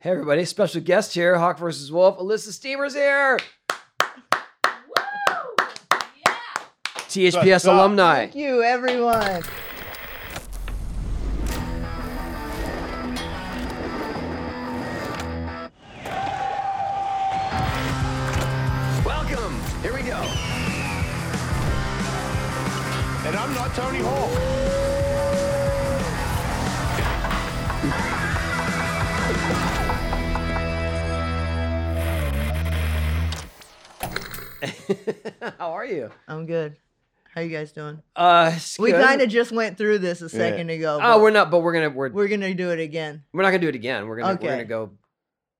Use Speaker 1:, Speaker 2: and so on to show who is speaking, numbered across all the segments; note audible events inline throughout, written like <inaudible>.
Speaker 1: Hey, everybody. Special guest here, Hawk versus Wolf. Alyssa Steamer's here,
Speaker 2: Woo! Yeah!
Speaker 1: THPS
Speaker 3: What's up?
Speaker 1: alumni.
Speaker 4: Thank you, everyone.
Speaker 3: Welcome. Here we go. And I'm not Tony Hall.
Speaker 1: <laughs> How are you?
Speaker 4: I'm good. How you guys doing?
Speaker 1: Uh,
Speaker 4: We kind of just went through this a second ago. but
Speaker 1: Oh, we're not, but we're gonna we're
Speaker 4: we're gonna do it again.
Speaker 1: we're not gonna do it again. We're gonna we're gonna
Speaker 4: Okay.
Speaker 1: go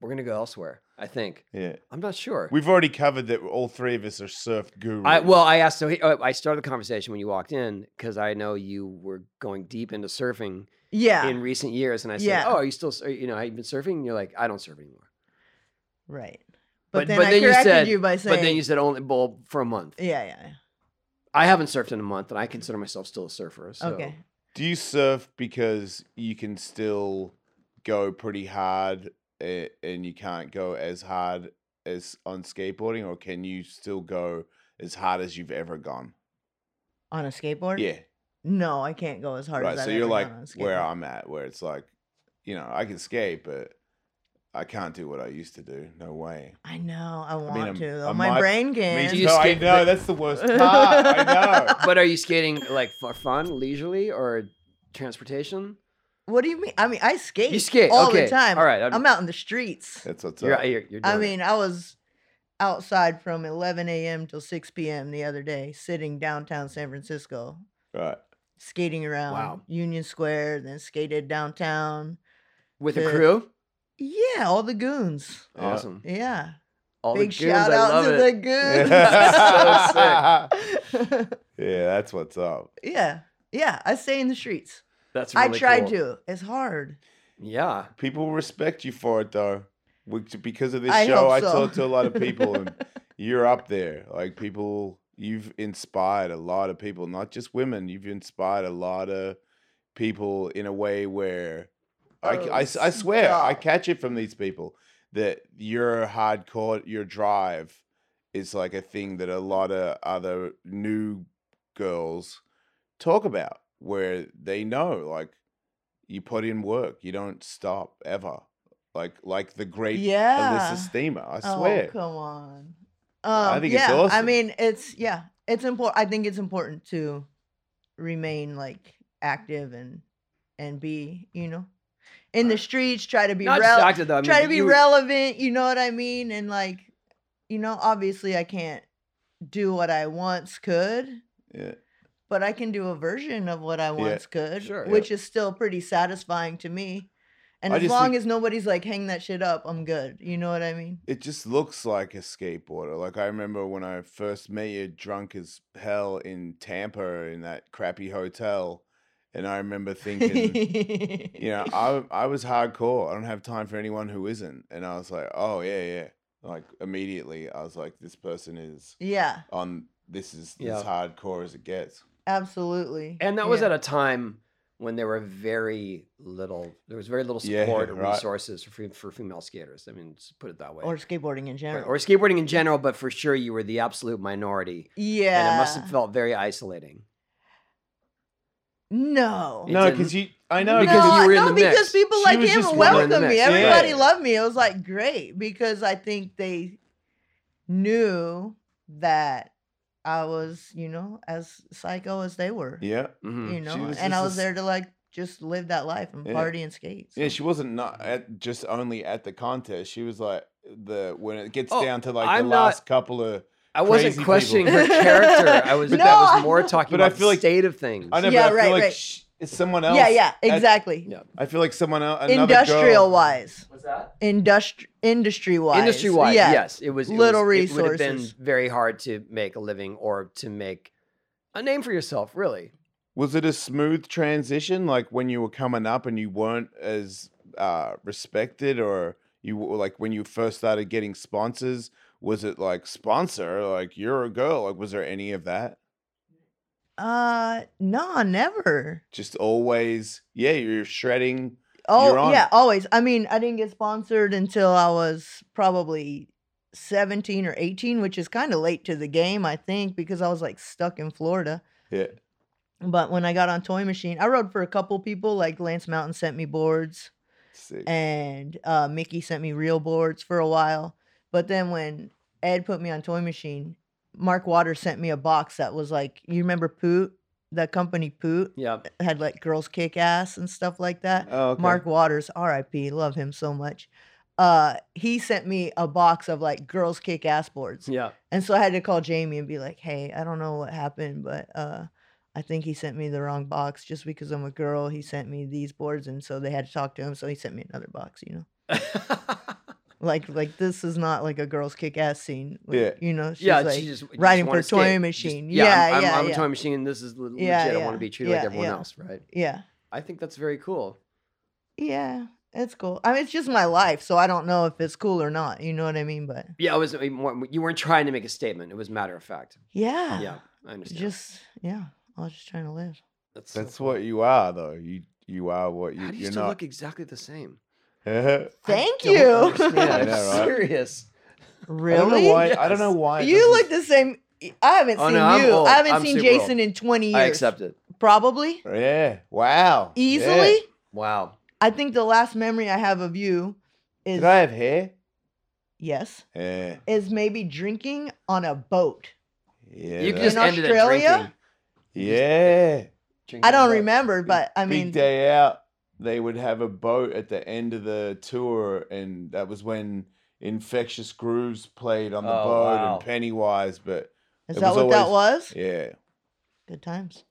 Speaker 1: we're gonna go elsewhere. I think.
Speaker 3: Yeah.
Speaker 1: I'm not sure.
Speaker 3: We've already covered that all three of us are surf gurus.
Speaker 1: I well, I asked. So he, uh, I started the conversation when you walked in because I know you were going deep into surfing
Speaker 4: Yeah.
Speaker 1: in recent years, and I said,
Speaker 4: Yeah.
Speaker 1: "Oh, are you still? sur- You know, have you been surfing?" And you're like, "I don't surf anymore."
Speaker 4: right.
Speaker 1: but-
Speaker 4: But, then
Speaker 1: but
Speaker 4: I
Speaker 1: then you
Speaker 4: corrected you,
Speaker 1: said-
Speaker 4: by saying.
Speaker 1: But then you said only well for a month.
Speaker 4: yeah, yeah. yeah.
Speaker 1: I haven't surfed in a month, and I consider myself still a surfer. So.
Speaker 4: Okay.
Speaker 3: Do you surf because you can still go pretty hard eh, and you can't go as hard as on skateboarding, or can you still go as hard as you've ever gone?
Speaker 4: On a skateboard?
Speaker 3: Yeah.
Speaker 4: No, I can't go as hard
Speaker 3: Right.
Speaker 4: as I've
Speaker 3: So you're
Speaker 4: ever
Speaker 3: like
Speaker 4: gone on a skateboard.
Speaker 3: where I'm at, where it's like, you know, I can skate, but I can't do what I used to do. No way.
Speaker 4: I know. I want
Speaker 3: I'm-
Speaker 4: to. Though.
Speaker 3: I
Speaker 4: my
Speaker 3: might-
Speaker 4: brain
Speaker 3: Me
Speaker 4: can.
Speaker 1: Do
Speaker 3: too.
Speaker 1: you
Speaker 3: no,
Speaker 1: skate-
Speaker 3: I know that's the worst part.
Speaker 1: <laughs>
Speaker 3: I know.
Speaker 1: But are you skating like for fun, leisurely, or transportation?
Speaker 4: What do you mean? I mean, I skate.
Speaker 1: You skate
Speaker 4: all
Speaker 1: okay.
Speaker 4: the time.
Speaker 1: All right, I'm-
Speaker 4: I'm out in the streets.
Speaker 3: That's what's
Speaker 1: You're,
Speaker 3: up.
Speaker 1: you're, you're
Speaker 4: I
Speaker 1: doing it.
Speaker 4: mean, I was outside from 11 a.m. till 6 p.m. the other day, sitting downtown San Francisco,
Speaker 3: Right.
Speaker 4: skating around
Speaker 1: Wow.
Speaker 4: Union Square, then skated downtown.
Speaker 1: with a
Speaker 4: the-
Speaker 1: crew.
Speaker 4: Yeah, all the goons.
Speaker 3: Yeah. <laughs>
Speaker 1: Awesome. <laughs>
Speaker 4: Yeah.
Speaker 1: All
Speaker 4: Big
Speaker 1: the goons,
Speaker 4: shout
Speaker 1: I
Speaker 4: out
Speaker 1: love
Speaker 4: to
Speaker 1: it.
Speaker 4: the
Speaker 1: So
Speaker 4: goons.
Speaker 1: sick.
Speaker 3: yeah, <laughs> that's what's up.
Speaker 4: <laughs> yeah. Yeah. I stay in the streets.
Speaker 1: That's really
Speaker 4: I tried
Speaker 1: cool.
Speaker 4: to. It's hard.
Speaker 1: Yeah.
Speaker 3: People respect you for it though. Which, because of this
Speaker 4: I
Speaker 3: show,
Speaker 4: hope
Speaker 3: I
Speaker 4: so.
Speaker 3: talked to a lot of people
Speaker 4: <laughs>
Speaker 3: and you're up there. Like people you've inspired a lot of people, not just women. You've inspired a lot of people in a way where I, c-
Speaker 4: Oh,
Speaker 3: I s- I swear I
Speaker 4: stop.
Speaker 3: catch it from these people that your hardcore your drive is like a thing that a lot of other new girls talk about where they know like you put in work you don't stop ever like like the great
Speaker 4: Yeah.
Speaker 3: Alyssa Steamer I
Speaker 4: Oh,
Speaker 3: swear
Speaker 4: come on. Um,
Speaker 3: I think it's
Speaker 4: yeah, I
Speaker 3: awesome.
Speaker 4: mean, it's yeah, it's important. I think it's important to remain like active and and be, you know, in the streets. Try to be
Speaker 1: Not
Speaker 4: rel-
Speaker 1: distracted though. I mean,
Speaker 4: try to
Speaker 1: you-
Speaker 4: be
Speaker 1: you-
Speaker 4: relevant. You know what I mean? And like, you know, obviously, I can't do what I once could,
Speaker 3: yeah
Speaker 4: but I can do a version of what I once could,
Speaker 1: Sure. Yeah.
Speaker 4: which is still pretty satisfying to me. And
Speaker 3: I
Speaker 4: as
Speaker 3: just
Speaker 4: long
Speaker 3: think-
Speaker 4: as nobody's like, hang that shit up, I'm good. You know what I mean?
Speaker 3: it just looks like a skateboarder. Like I remember when I first met you, drunk as hell in Tampa in that crappy hotel, and I remember
Speaker 1: <laughs>
Speaker 3: thinking, you know, I I was hardcore. I don't have time for anyone who isn't. And I was like, oh yeah, yeah. Like immediately, I was like, this person is
Speaker 4: <laughs> yeah,
Speaker 3: on. This is
Speaker 1: Yeah.
Speaker 3: as hardcore as it gets.
Speaker 4: absolutely.
Speaker 1: And that was
Speaker 4: yeah.
Speaker 1: at a time when there were very little. There was very little
Speaker 3: Yeah,
Speaker 1: support or
Speaker 3: right.
Speaker 1: resources for, fe- for female skaters. I mean, just put it that way.
Speaker 4: or skateboarding in
Speaker 1: Right,
Speaker 4: general.
Speaker 1: or skateboarding in general, but for sure you were the absolute minority,
Speaker 4: yeah,
Speaker 1: and it must have felt very isolating.
Speaker 4: no.
Speaker 1: It
Speaker 3: no,
Speaker 1: didn't-
Speaker 3: because you. I know
Speaker 1: because
Speaker 3: because
Speaker 1: you were in
Speaker 4: no,
Speaker 1: the
Speaker 4: because
Speaker 1: mix.
Speaker 4: people
Speaker 3: She
Speaker 4: like
Speaker 3: was
Speaker 4: him
Speaker 3: just
Speaker 1: one in
Speaker 4: welcomed
Speaker 1: the
Speaker 4: me.
Speaker 1: mix.
Speaker 3: Yeah.
Speaker 4: Everybody loved me. It was like great because I think they knew that I was, you know, as psycho as they were.
Speaker 3: yeah,
Speaker 1: Mhm.
Speaker 4: You know,
Speaker 3: was
Speaker 4: and I
Speaker 3: just a
Speaker 4: was
Speaker 3: s-
Speaker 4: there to like just live that life and
Speaker 3: Yeah.
Speaker 4: party and skate.
Speaker 3: yeah.
Speaker 4: so.
Speaker 3: She wasn't not at just only at the contest. She was like the when it gets
Speaker 1: Oh,
Speaker 3: down to like
Speaker 1: I'm
Speaker 3: the
Speaker 1: not-
Speaker 3: last couple of
Speaker 1: I wasn't
Speaker 3: crazy people.
Speaker 1: questioning her character.
Speaker 4: <laughs>
Speaker 1: I was
Speaker 3: But
Speaker 1: that
Speaker 4: No,
Speaker 1: was
Speaker 4: I
Speaker 1: more
Speaker 4: know.
Speaker 1: talking
Speaker 3: But I
Speaker 1: about
Speaker 3: feel
Speaker 1: the
Speaker 3: like-
Speaker 1: state of things.
Speaker 3: I know,
Speaker 4: Yeah,
Speaker 3: but I
Speaker 4: right,
Speaker 3: feel like
Speaker 4: right.
Speaker 3: sh- it's someone else.
Speaker 4: yeah, yeah,
Speaker 3: I-
Speaker 4: exactly.
Speaker 1: yeah.
Speaker 3: I, feel like someone else. Another
Speaker 4: Industrial
Speaker 3: girl,
Speaker 4: wise,
Speaker 1: What's that?
Speaker 4: industri- industry wise,
Speaker 1: Industry wide, yes, it was it
Speaker 4: Little
Speaker 1: was- It would have
Speaker 4: resources.
Speaker 1: been very hard to make a living or to make a name for yourself, really.
Speaker 3: Was it a smooth transition? Like when you were coming up and you weren't as uh, respected, or you were like when you first started getting sponsors? Was it like sponsor? Like you're a girl? Like was there any of that?
Speaker 4: Uh, no, never.
Speaker 3: Just always, yeah, you're shredding. You're
Speaker 4: Oh
Speaker 3: on.
Speaker 4: yeah, always. I mean, I didn't get sponsored until I was probably 17 or 18, which is kind of late to the game, I think, because I was like stuck in Florida.
Speaker 3: Yeah.
Speaker 4: But when I got on Toy Machine, I rode for a couple people. Like Lance Mountain sent me boards,
Speaker 3: Sick.
Speaker 4: and uh, Mickey sent me real boards for a while. But then when Ed put me on Toy Machine, Mark Waters sent me a box that was like, you remember Poot? That company Poot
Speaker 1: Yeah.
Speaker 4: had like girls kick ass and stuff like that.
Speaker 3: oh, okay.
Speaker 4: Mark Waters, R.I.P. Love him so much. Uh, he sent me a box of like girls kick ass boards,
Speaker 1: Yeah. <laughs>
Speaker 4: and so I had to call Jamie and be like, "Hey, I don't know what happened, but uh, I think he sent me the wrong box. Just because I'm a girl, he sent me these boards, and so they had to talk to him. So he sent me another box. You know, like like this is not like a girls kick ass scene. like,
Speaker 3: Yeah.
Speaker 4: you know, she's
Speaker 1: yeah.
Speaker 4: like,
Speaker 1: she just,
Speaker 4: riding
Speaker 1: just wanna
Speaker 4: for toy
Speaker 1: escape.
Speaker 4: machine.
Speaker 1: Just, yeah. I'm,
Speaker 4: Yeah,
Speaker 1: I'm,
Speaker 4: yeah,
Speaker 1: I'm a
Speaker 4: yeah.
Speaker 1: toy machine. This is le- legit.
Speaker 4: Yeah,
Speaker 1: I
Speaker 4: yeah,
Speaker 1: want to be treated like
Speaker 4: yeah,
Speaker 1: everyone
Speaker 4: yeah.
Speaker 1: else, right?
Speaker 4: yeah.
Speaker 1: I think that's very cool.
Speaker 4: Yeah, it's cool. I mean, it's just my life, so I don't know if it's cool or not. You know what I mean? But
Speaker 1: Yeah, it was I mean, more, you weren't trying to make a statement. It was matter of fact.
Speaker 4: yeah,
Speaker 1: Yeah, I understand.
Speaker 4: just yeah, I was just trying to live.
Speaker 1: that's so
Speaker 3: That's
Speaker 1: cool.
Speaker 3: what you are, though. You you are what you,
Speaker 1: How do you
Speaker 3: are
Speaker 1: still
Speaker 3: not. <laughs>
Speaker 1: look exactly the same? I
Speaker 4: Thank
Speaker 1: don't
Speaker 4: you.
Speaker 1: understand. <laughs>
Speaker 3: I
Speaker 1: I'm
Speaker 3: know,
Speaker 4: <laughs>
Speaker 3: right?
Speaker 1: serious.
Speaker 3: I don't
Speaker 4: really?
Speaker 3: know why. I don't know
Speaker 1: Yes.
Speaker 3: why. it
Speaker 4: You
Speaker 3: doesn't-
Speaker 4: look the same. I haven't
Speaker 1: Oh,
Speaker 4: seen
Speaker 1: no, I'm
Speaker 4: you.
Speaker 1: old.
Speaker 4: I haven't
Speaker 1: I'm
Speaker 4: seen
Speaker 1: super
Speaker 4: Jason
Speaker 1: old.
Speaker 4: in twenty years.
Speaker 1: I accept it.
Speaker 4: Probably
Speaker 3: Yeah. Wow. yeah.
Speaker 4: easily.
Speaker 1: Wow.
Speaker 4: I think the last memory I have of you is
Speaker 3: Did I have hair? Eh,
Speaker 4: yes,
Speaker 3: Yeah.
Speaker 4: is maybe drinking on a boat.
Speaker 3: Yeah.
Speaker 1: you
Speaker 3: that-
Speaker 1: can just
Speaker 4: In
Speaker 1: ended it
Speaker 4: Australia?
Speaker 1: drinking.
Speaker 3: yeah.
Speaker 1: Drinking
Speaker 4: I don't
Speaker 1: about-
Speaker 4: remember, but I mean,
Speaker 3: Big day out. They would have a boat at the end of the tour, and that was when Infectious Grooves played on the
Speaker 1: Oh,
Speaker 3: boat
Speaker 1: wow.
Speaker 3: and Pennywise. But
Speaker 4: is
Speaker 3: it
Speaker 4: that
Speaker 3: was
Speaker 4: what that was?
Speaker 3: yeah, <laughs>
Speaker 4: Good times.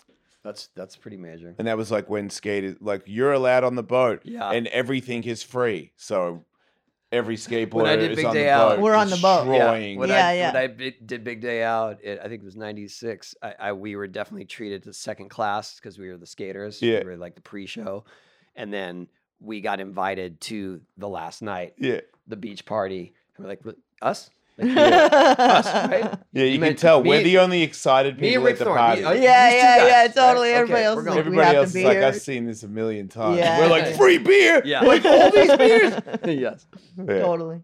Speaker 1: That's that's pretty major.
Speaker 3: and that was like when skaters like you're allowed on the boat,
Speaker 1: Yeah.
Speaker 3: and everything is free. So every skateboarder
Speaker 1: When I did
Speaker 3: is
Speaker 1: Big
Speaker 3: on
Speaker 1: Day
Speaker 3: the
Speaker 1: Out-
Speaker 3: boat.
Speaker 4: We're on the boat. Yeah,
Speaker 1: yeah,
Speaker 3: destroying
Speaker 1: when
Speaker 4: Yeah,
Speaker 1: I,
Speaker 4: yeah.
Speaker 1: When I bi- did Big Day Out, it, I think it was '96. I, I we were definitely treated to second class because we were the skaters.
Speaker 3: Yeah.
Speaker 1: we were like the pre-show, and then we got invited to the last night,
Speaker 3: Yeah,
Speaker 1: the beach party. And we're like, "Really? us? Like,
Speaker 4: Us,
Speaker 1: right?
Speaker 4: <laughs>
Speaker 3: <laughs> yeah. You, can
Speaker 1: meant
Speaker 3: tell we're
Speaker 1: me-
Speaker 3: the only excited
Speaker 1: me
Speaker 3: people
Speaker 1: and Rick
Speaker 3: at the
Speaker 1: Thorne.
Speaker 3: party.
Speaker 1: Me- oh,
Speaker 4: Yeah,
Speaker 1: These two
Speaker 4: yeah, yeah.
Speaker 1: guys, right?
Speaker 4: Totally.
Speaker 1: Okay,
Speaker 4: Everybody
Speaker 1: we're
Speaker 4: else
Speaker 1: going.
Speaker 4: is like, we
Speaker 3: Everybody
Speaker 4: have
Speaker 3: else
Speaker 4: to
Speaker 3: is
Speaker 4: be
Speaker 3: like,
Speaker 4: here.
Speaker 3: I've seen this a million times.
Speaker 4: Yeah.
Speaker 1: <laughs>
Speaker 3: We're like, free beer.
Speaker 1: Yeah.
Speaker 3: Like all these beers.
Speaker 1: <laughs> yes.
Speaker 3: <laughs> Yeah.
Speaker 4: Totally.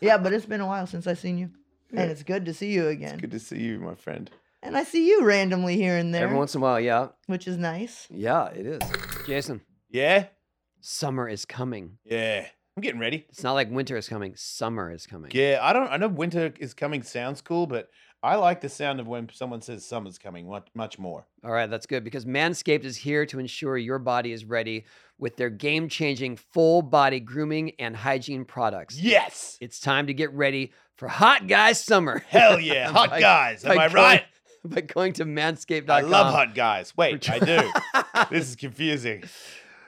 Speaker 4: Yeah, but it's been a while since I've seen you.
Speaker 3: Yeah.
Speaker 4: And it's good to see you again.
Speaker 3: It's good to see you, my friend.
Speaker 4: And I see you randomly here and there,
Speaker 1: Every once in a while, yeah,
Speaker 4: which is nice.
Speaker 1: yeah, it is. Jason,
Speaker 3: Yeah?
Speaker 1: summer is coming.
Speaker 3: Yeah. I'm getting ready.
Speaker 1: It's not like winter is coming. Summer is coming.
Speaker 3: Yeah, I don't I know winter is coming sounds cool, but I like the sound of when someone says summer's coming much much more.
Speaker 1: All right, that's good because Manscaped is here to ensure your body is ready with their game changing full body grooming and hygiene products.
Speaker 3: Yes.
Speaker 1: It's time to get ready for hot guy summer. <laughs>
Speaker 3: Hell yeah. Hot
Speaker 1: By-
Speaker 3: guys. Am
Speaker 1: by
Speaker 3: I
Speaker 1: going-
Speaker 3: right?
Speaker 1: By going to manscaped.com.
Speaker 3: I love hot guys. Wait,
Speaker 1: <laughs>
Speaker 3: I do.
Speaker 1: do.
Speaker 3: This is confusing.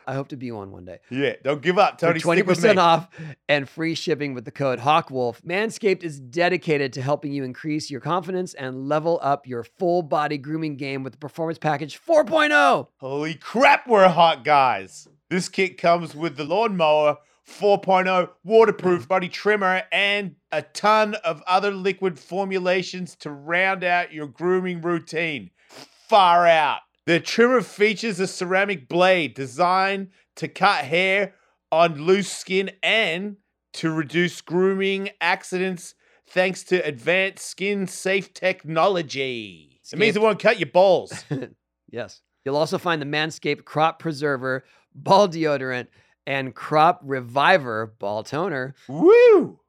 Speaker 1: I hope to be one one day.
Speaker 3: Yeah, don't give up, Tony.
Speaker 1: for
Speaker 3: Stick with
Speaker 1: 20%
Speaker 3: me.
Speaker 1: off and free shipping with the code HawkWolf. Manscaped is dedicated to helping you increase your confidence and level up your full body grooming game with the Performance Package oh. 4.0.
Speaker 3: Holy crap, we're hot guys. This kit comes with the lawnmower 4.0 waterproof body trimmer and a ton of other liquid formulations to round out your grooming routine. Far out. The trimmer features a ceramic blade designed to cut hair on loose skin and to reduce grooming accidents thanks to advanced skin safe technology. It means it won't cut your balls. <laughs>
Speaker 1: Yes. You'll also find the Manscaped Crop Preserver, Ball Deodorant, and Crop Reviver Ball Toner, <laughs>
Speaker 3: Woo!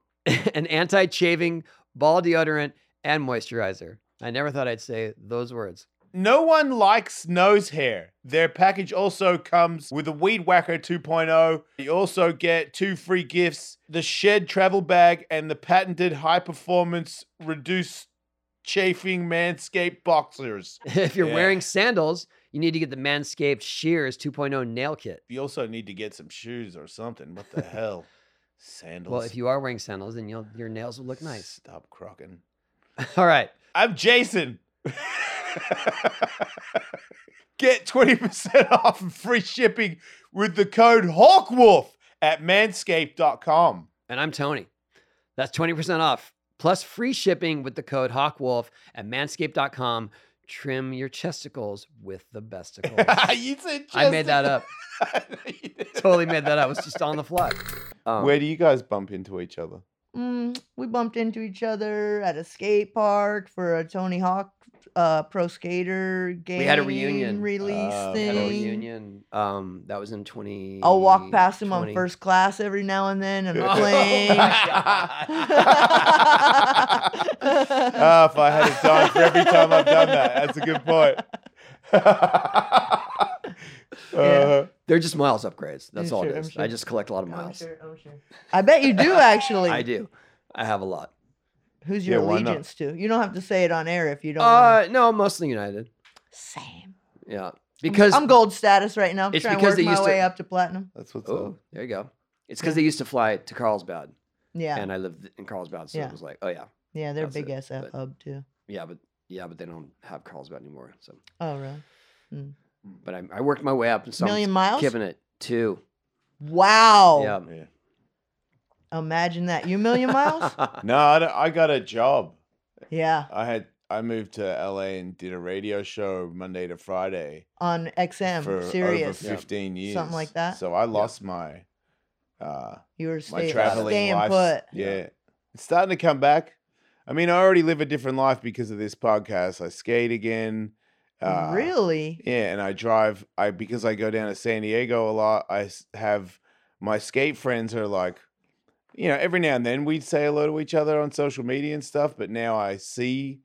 Speaker 1: an anti chaving ball deodorant and moisturizer. I never thought I'd say those words. <laughs>
Speaker 3: No one likes nose hair. Their package also comes with a Weed Whacker 2.0. You also get two free gifts the Shed travel bag and the patented high performance reduce chafing Manscaped boxers.
Speaker 1: if you're
Speaker 3: Yeah.
Speaker 1: wearing sandals, you need to get the Manscaped Shears 2.0 nail kit.
Speaker 3: You also need to get some shoes or something.
Speaker 1: <laughs>
Speaker 3: What the hell? Sandals.
Speaker 1: Well, if you are wearing sandals, then you'll, your nails will look nice.
Speaker 3: Stop crocking.
Speaker 1: <laughs> All right.
Speaker 3: I'm Jason. Get 20% off and free shipping with the code HawkWolf at manscaped.com.
Speaker 1: And I'm Tony. That's 20% off plus free shipping with the code HawkWolf at manscaped.com. trim your chesticles with the besticles. <laughs>
Speaker 3: <laughs> you said
Speaker 1: I made that
Speaker 3: <laughs>
Speaker 1: up.
Speaker 3: up.
Speaker 1: Totally made that up. It's just on the fly. Um,
Speaker 3: Where do you guys bump into each other?
Speaker 4: Mm, we bumped into each other at a skate park for a Tony Hawk uh, pro skater game.
Speaker 1: had a reunion.
Speaker 4: release
Speaker 3: Uh, we
Speaker 1: had
Speaker 4: thing.
Speaker 1: a reunion. Um, that was in 20.
Speaker 4: I'll walk past him on
Speaker 1: 20.
Speaker 4: first class every now and then
Speaker 1: <laughs>
Speaker 4: and
Speaker 3: Oh.
Speaker 4: plane.
Speaker 3: Ah, if I had a dime for every time I've done that, that's a good point. <laughs> Uh,
Speaker 1: They're just miles upgrades. That's
Speaker 4: Yeah,
Speaker 1: all
Speaker 4: sure,
Speaker 1: it
Speaker 4: I'm
Speaker 1: is. I
Speaker 4: sure.
Speaker 1: just collect a lot of miles.
Speaker 4: <laughs> I bet you do actually.
Speaker 1: I do. I have a lot.
Speaker 4: Who's your
Speaker 3: Yeah, why not?
Speaker 4: allegiance to? You don't have to say it on air if you don't. wanna.
Speaker 1: Uh, no, mostly United.
Speaker 4: Same.
Speaker 1: Yeah, because
Speaker 4: I'm gold status right now. I'm
Speaker 1: It's
Speaker 4: trying to
Speaker 1: because
Speaker 4: work
Speaker 1: they
Speaker 4: my
Speaker 1: used to-
Speaker 4: way up to platinum.
Speaker 3: that's what's up.
Speaker 1: Oh, there you go. It's because they used to fly to Carlsbad,
Speaker 4: Yeah,
Speaker 1: and I lived in Carlsbad, so
Speaker 4: Yeah.
Speaker 1: it was like, oh yeah,
Speaker 4: yeah, they're
Speaker 1: that's it,
Speaker 4: big SF
Speaker 1: but-
Speaker 4: hub too.
Speaker 1: yeah, but yeah, but they don't have Carlsbad anymore. So,
Speaker 4: Oh really?
Speaker 1: but I, I worked my way up, and so
Speaker 4: Million
Speaker 1: I'm
Speaker 4: miles? Oh,
Speaker 1: giving it two.
Speaker 4: Wow.
Speaker 1: Yeah,
Speaker 3: Yeah.
Speaker 4: Imagine that. You a million miles?
Speaker 3: <laughs>
Speaker 1: <laughs>
Speaker 3: No, I, don't- I got a job.
Speaker 4: yeah.
Speaker 3: I had I moved to LA and did a radio show Monday to Friday
Speaker 4: On XM,
Speaker 3: for
Speaker 4: serious.
Speaker 3: over 15 years.
Speaker 4: Something like that.
Speaker 3: So I lost my uh
Speaker 4: You were
Speaker 3: my
Speaker 4: stay,
Speaker 3: traveling
Speaker 4: staying
Speaker 3: life.
Speaker 4: put.
Speaker 3: Yeah. It's starting to come back. I mean, I already live a different life because of this podcast. I skate again. Uh,
Speaker 4: really?
Speaker 3: Yeah, and I drive. I because I go down to San Diego a lot. I s- have my skate friends are like, you know, every now and then we'd say hello to each other on social media and stuff. But now I see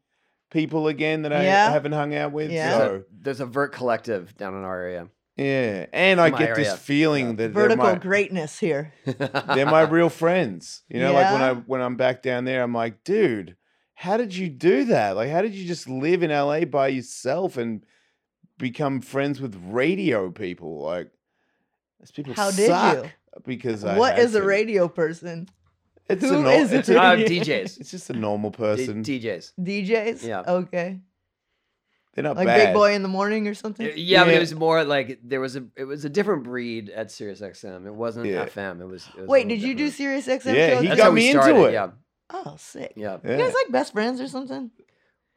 Speaker 3: people again that I
Speaker 4: Yeah.
Speaker 3: haven't hung out with.
Speaker 4: Yeah.
Speaker 1: There's, a,
Speaker 3: So
Speaker 1: there's a Vert Collective down in our area.
Speaker 3: yeah, and I
Speaker 1: My
Speaker 3: get this
Speaker 1: area.
Speaker 3: feeling that they're
Speaker 4: Vertical
Speaker 3: my,
Speaker 4: greatness here.
Speaker 3: they're
Speaker 4: <laughs>
Speaker 3: my real friends. You know, like when I
Speaker 4: Yeah.
Speaker 3: when I'm back down there, I'm like, dude, how did you do that? Like, how did you just live in LA by yourself and become friends with radio people? Like, those people
Speaker 4: How did
Speaker 3: suck
Speaker 4: you?
Speaker 3: Because I
Speaker 4: What
Speaker 3: had
Speaker 4: is a
Speaker 3: to.
Speaker 4: radio person?
Speaker 3: It's
Speaker 4: who
Speaker 3: a nor-
Speaker 4: is a
Speaker 3: it's,
Speaker 1: Uh,
Speaker 3: a-
Speaker 1: DJs.
Speaker 3: it's just a normal
Speaker 1: <laughs> D-
Speaker 3: person.
Speaker 1: DJs.
Speaker 4: DJs?
Speaker 1: Yeah.
Speaker 4: Okay.
Speaker 3: They're not
Speaker 4: Like
Speaker 3: bad.
Speaker 4: Big Boy in the Morning or something?
Speaker 1: Yeah, but
Speaker 3: Yeah.
Speaker 1: it was more like there was a it was a different breed at Sirius XM. It wasn't
Speaker 3: Yeah.
Speaker 1: FM. It was. It was a
Speaker 4: Wait,
Speaker 1: little
Speaker 4: did you do
Speaker 1: different.
Speaker 4: Serious XM
Speaker 3: Yeah,
Speaker 4: show?
Speaker 3: he
Speaker 4: then?
Speaker 1: That's
Speaker 3: got
Speaker 1: how we
Speaker 3: me into
Speaker 1: started,
Speaker 3: it.
Speaker 1: Yeah,
Speaker 4: Oh, sick.
Speaker 1: yeah.
Speaker 3: Yeah.
Speaker 4: You guys like best friends or something?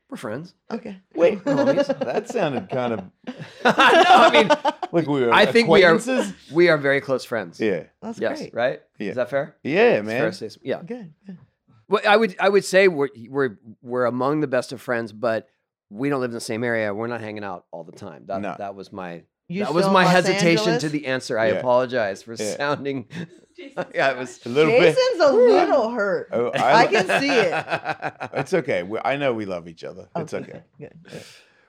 Speaker 1: We're
Speaker 3: <laughs>
Speaker 1: friends. <laughs>
Speaker 4: Okay. <laughs>
Speaker 3: Wait, oh,
Speaker 1: We're homies.
Speaker 3: that sounded kind of
Speaker 1: no, I mean
Speaker 3: like we were.
Speaker 1: I think we are-
Speaker 3: acquaintances.
Speaker 1: we are very close friends.
Speaker 3: Yeah,
Speaker 4: <laughs> That's
Speaker 1: yes,
Speaker 4: great.
Speaker 1: right?
Speaker 3: Yeah.
Speaker 1: Is that fair?
Speaker 3: yeah,
Speaker 1: It's fair
Speaker 3: man.
Speaker 1: to say so- yeah.
Speaker 4: Good. good.
Speaker 1: Well, I would I would say we're we're we're among the best of friends, but we don't live in the same area. We're not hanging out all the time. That
Speaker 3: No.
Speaker 1: that was my
Speaker 4: You
Speaker 1: that was
Speaker 4: still in
Speaker 1: my
Speaker 4: Los
Speaker 1: hesitation to
Speaker 4: Angeles?
Speaker 1: the answer. I
Speaker 3: Yeah.
Speaker 1: apologize for
Speaker 3: Yeah.
Speaker 1: sounding. yeah, it was.
Speaker 3: A little bit.
Speaker 4: Jason's a little hurt. <laughs>
Speaker 3: Oh,
Speaker 4: I can
Speaker 1: <laughs>
Speaker 4: see
Speaker 1: it.
Speaker 3: It's okay. We, I know we love each other. It's okay.
Speaker 4: Good.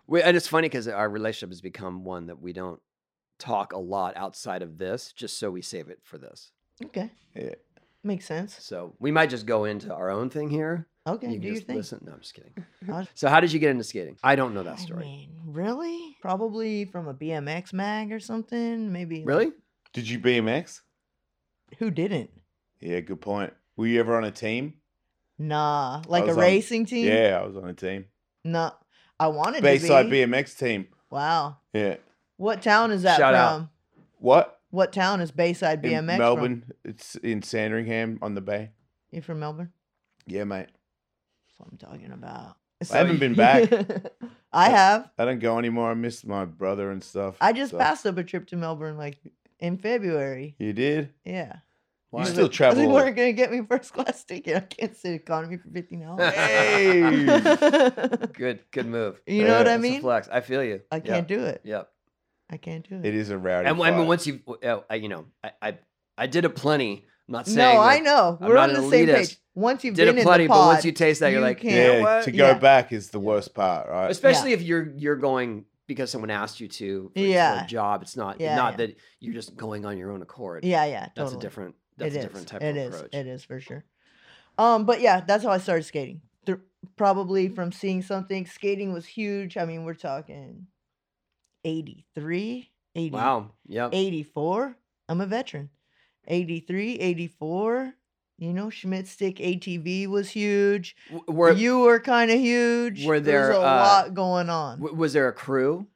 Speaker 1: we, and it's funny because our relationship has become one that we don't talk a lot outside of this, just so we save it for this.
Speaker 4: good. Okay.
Speaker 3: Yeah.
Speaker 4: Makes sense.
Speaker 1: So we might just go into our own thing here.
Speaker 4: Okay.
Speaker 1: you
Speaker 4: do
Speaker 1: can
Speaker 4: your
Speaker 1: just
Speaker 4: thing.
Speaker 1: listen. No, I'm just kidding.
Speaker 4: <laughs> I'll-
Speaker 1: So how did you get into skating? I don't know that
Speaker 4: I
Speaker 1: story.
Speaker 4: mean, really? Probably from a BMX mag or something. Maybe. like-
Speaker 1: Really?
Speaker 3: Did you BMX?
Speaker 4: Who didn't?
Speaker 3: Yeah, good point. Were you ever on a team?
Speaker 4: Nah. Like a
Speaker 3: was on-
Speaker 4: racing team?
Speaker 3: Yeah, I was on a team.
Speaker 4: Nah. I wanted
Speaker 3: Bayside
Speaker 4: to be.
Speaker 3: BMX team.
Speaker 4: Wow.
Speaker 3: Yeah.
Speaker 4: What town is that
Speaker 1: Shout out.
Speaker 4: from?
Speaker 3: What?
Speaker 4: What town is Bayside
Speaker 3: In
Speaker 4: BMX from?
Speaker 3: Melbourne. It's in Sandringham on the bay.
Speaker 4: You from Melbourne?
Speaker 3: Yeah, mate.
Speaker 4: That's what I'm talking about.
Speaker 3: I haven't
Speaker 4: <laughs>
Speaker 3: been back.
Speaker 4: I have.
Speaker 3: I don't go anymore. I miss my brother and stuff.
Speaker 4: I just
Speaker 3: so-
Speaker 4: passed up a trip to Melbourne like in February.
Speaker 3: You did?
Speaker 4: Yeah.
Speaker 1: Why?
Speaker 3: You
Speaker 4: <laughs>
Speaker 3: still
Speaker 4: Because they
Speaker 3: travel?
Speaker 4: weren't going to get me first <laughs> class ticket. I can't sit economy for 15
Speaker 3: <laughs>
Speaker 4: hours.
Speaker 3: Hey.
Speaker 4: you <laughs> know
Speaker 1: Good, good move.
Speaker 3: Yeah,
Speaker 4: what I
Speaker 1: That's a
Speaker 4: mean?
Speaker 1: flex. I feel you.
Speaker 4: I can't do it.
Speaker 1: Yeah.
Speaker 4: I can't do it.
Speaker 3: It is a rowdy.
Speaker 1: And I mean,
Speaker 3: fight.
Speaker 1: once you, uh, I- you know, I, I, I did a plenty. I'm not saying.
Speaker 4: no, I
Speaker 1: like,
Speaker 4: know.
Speaker 1: I'm
Speaker 4: We're
Speaker 1: not
Speaker 4: on the
Speaker 1: an
Speaker 4: same
Speaker 1: elitist.
Speaker 4: page. Once you've
Speaker 1: Did
Speaker 4: been
Speaker 1: a plenty,
Speaker 4: in the pod,
Speaker 1: but once you taste that,
Speaker 4: you
Speaker 1: you're like,
Speaker 4: can't-
Speaker 1: you know
Speaker 3: yeah,
Speaker 1: what?
Speaker 3: to go
Speaker 4: Yeah.
Speaker 3: back is the worst part, right?
Speaker 1: Especially if you're you're going because someone asked you to. For, for
Speaker 4: Yeah.
Speaker 1: a job. It's not
Speaker 4: Yeah,
Speaker 1: not
Speaker 4: yeah.
Speaker 1: that you're just going on your own accord.
Speaker 4: yeah, yeah, totally.
Speaker 1: That's a different. That's
Speaker 4: It
Speaker 1: a
Speaker 4: is.
Speaker 1: different type
Speaker 4: It
Speaker 1: of
Speaker 4: is.
Speaker 1: approach.
Speaker 4: It is for sure. Um, but yeah, that's how I started skating. Thr- probably from seeing something. Skating was huge. I mean, we're talking 83, 80,
Speaker 1: Wow. Yeah.
Speaker 4: 84. I'm a veteran. 83, 84. You know, Schmidt stick ATV was huge.
Speaker 1: W- Were,
Speaker 4: you were kind of huge.
Speaker 1: were there,
Speaker 4: there was a
Speaker 1: uh,
Speaker 4: lot going on?
Speaker 1: w- was there a crew?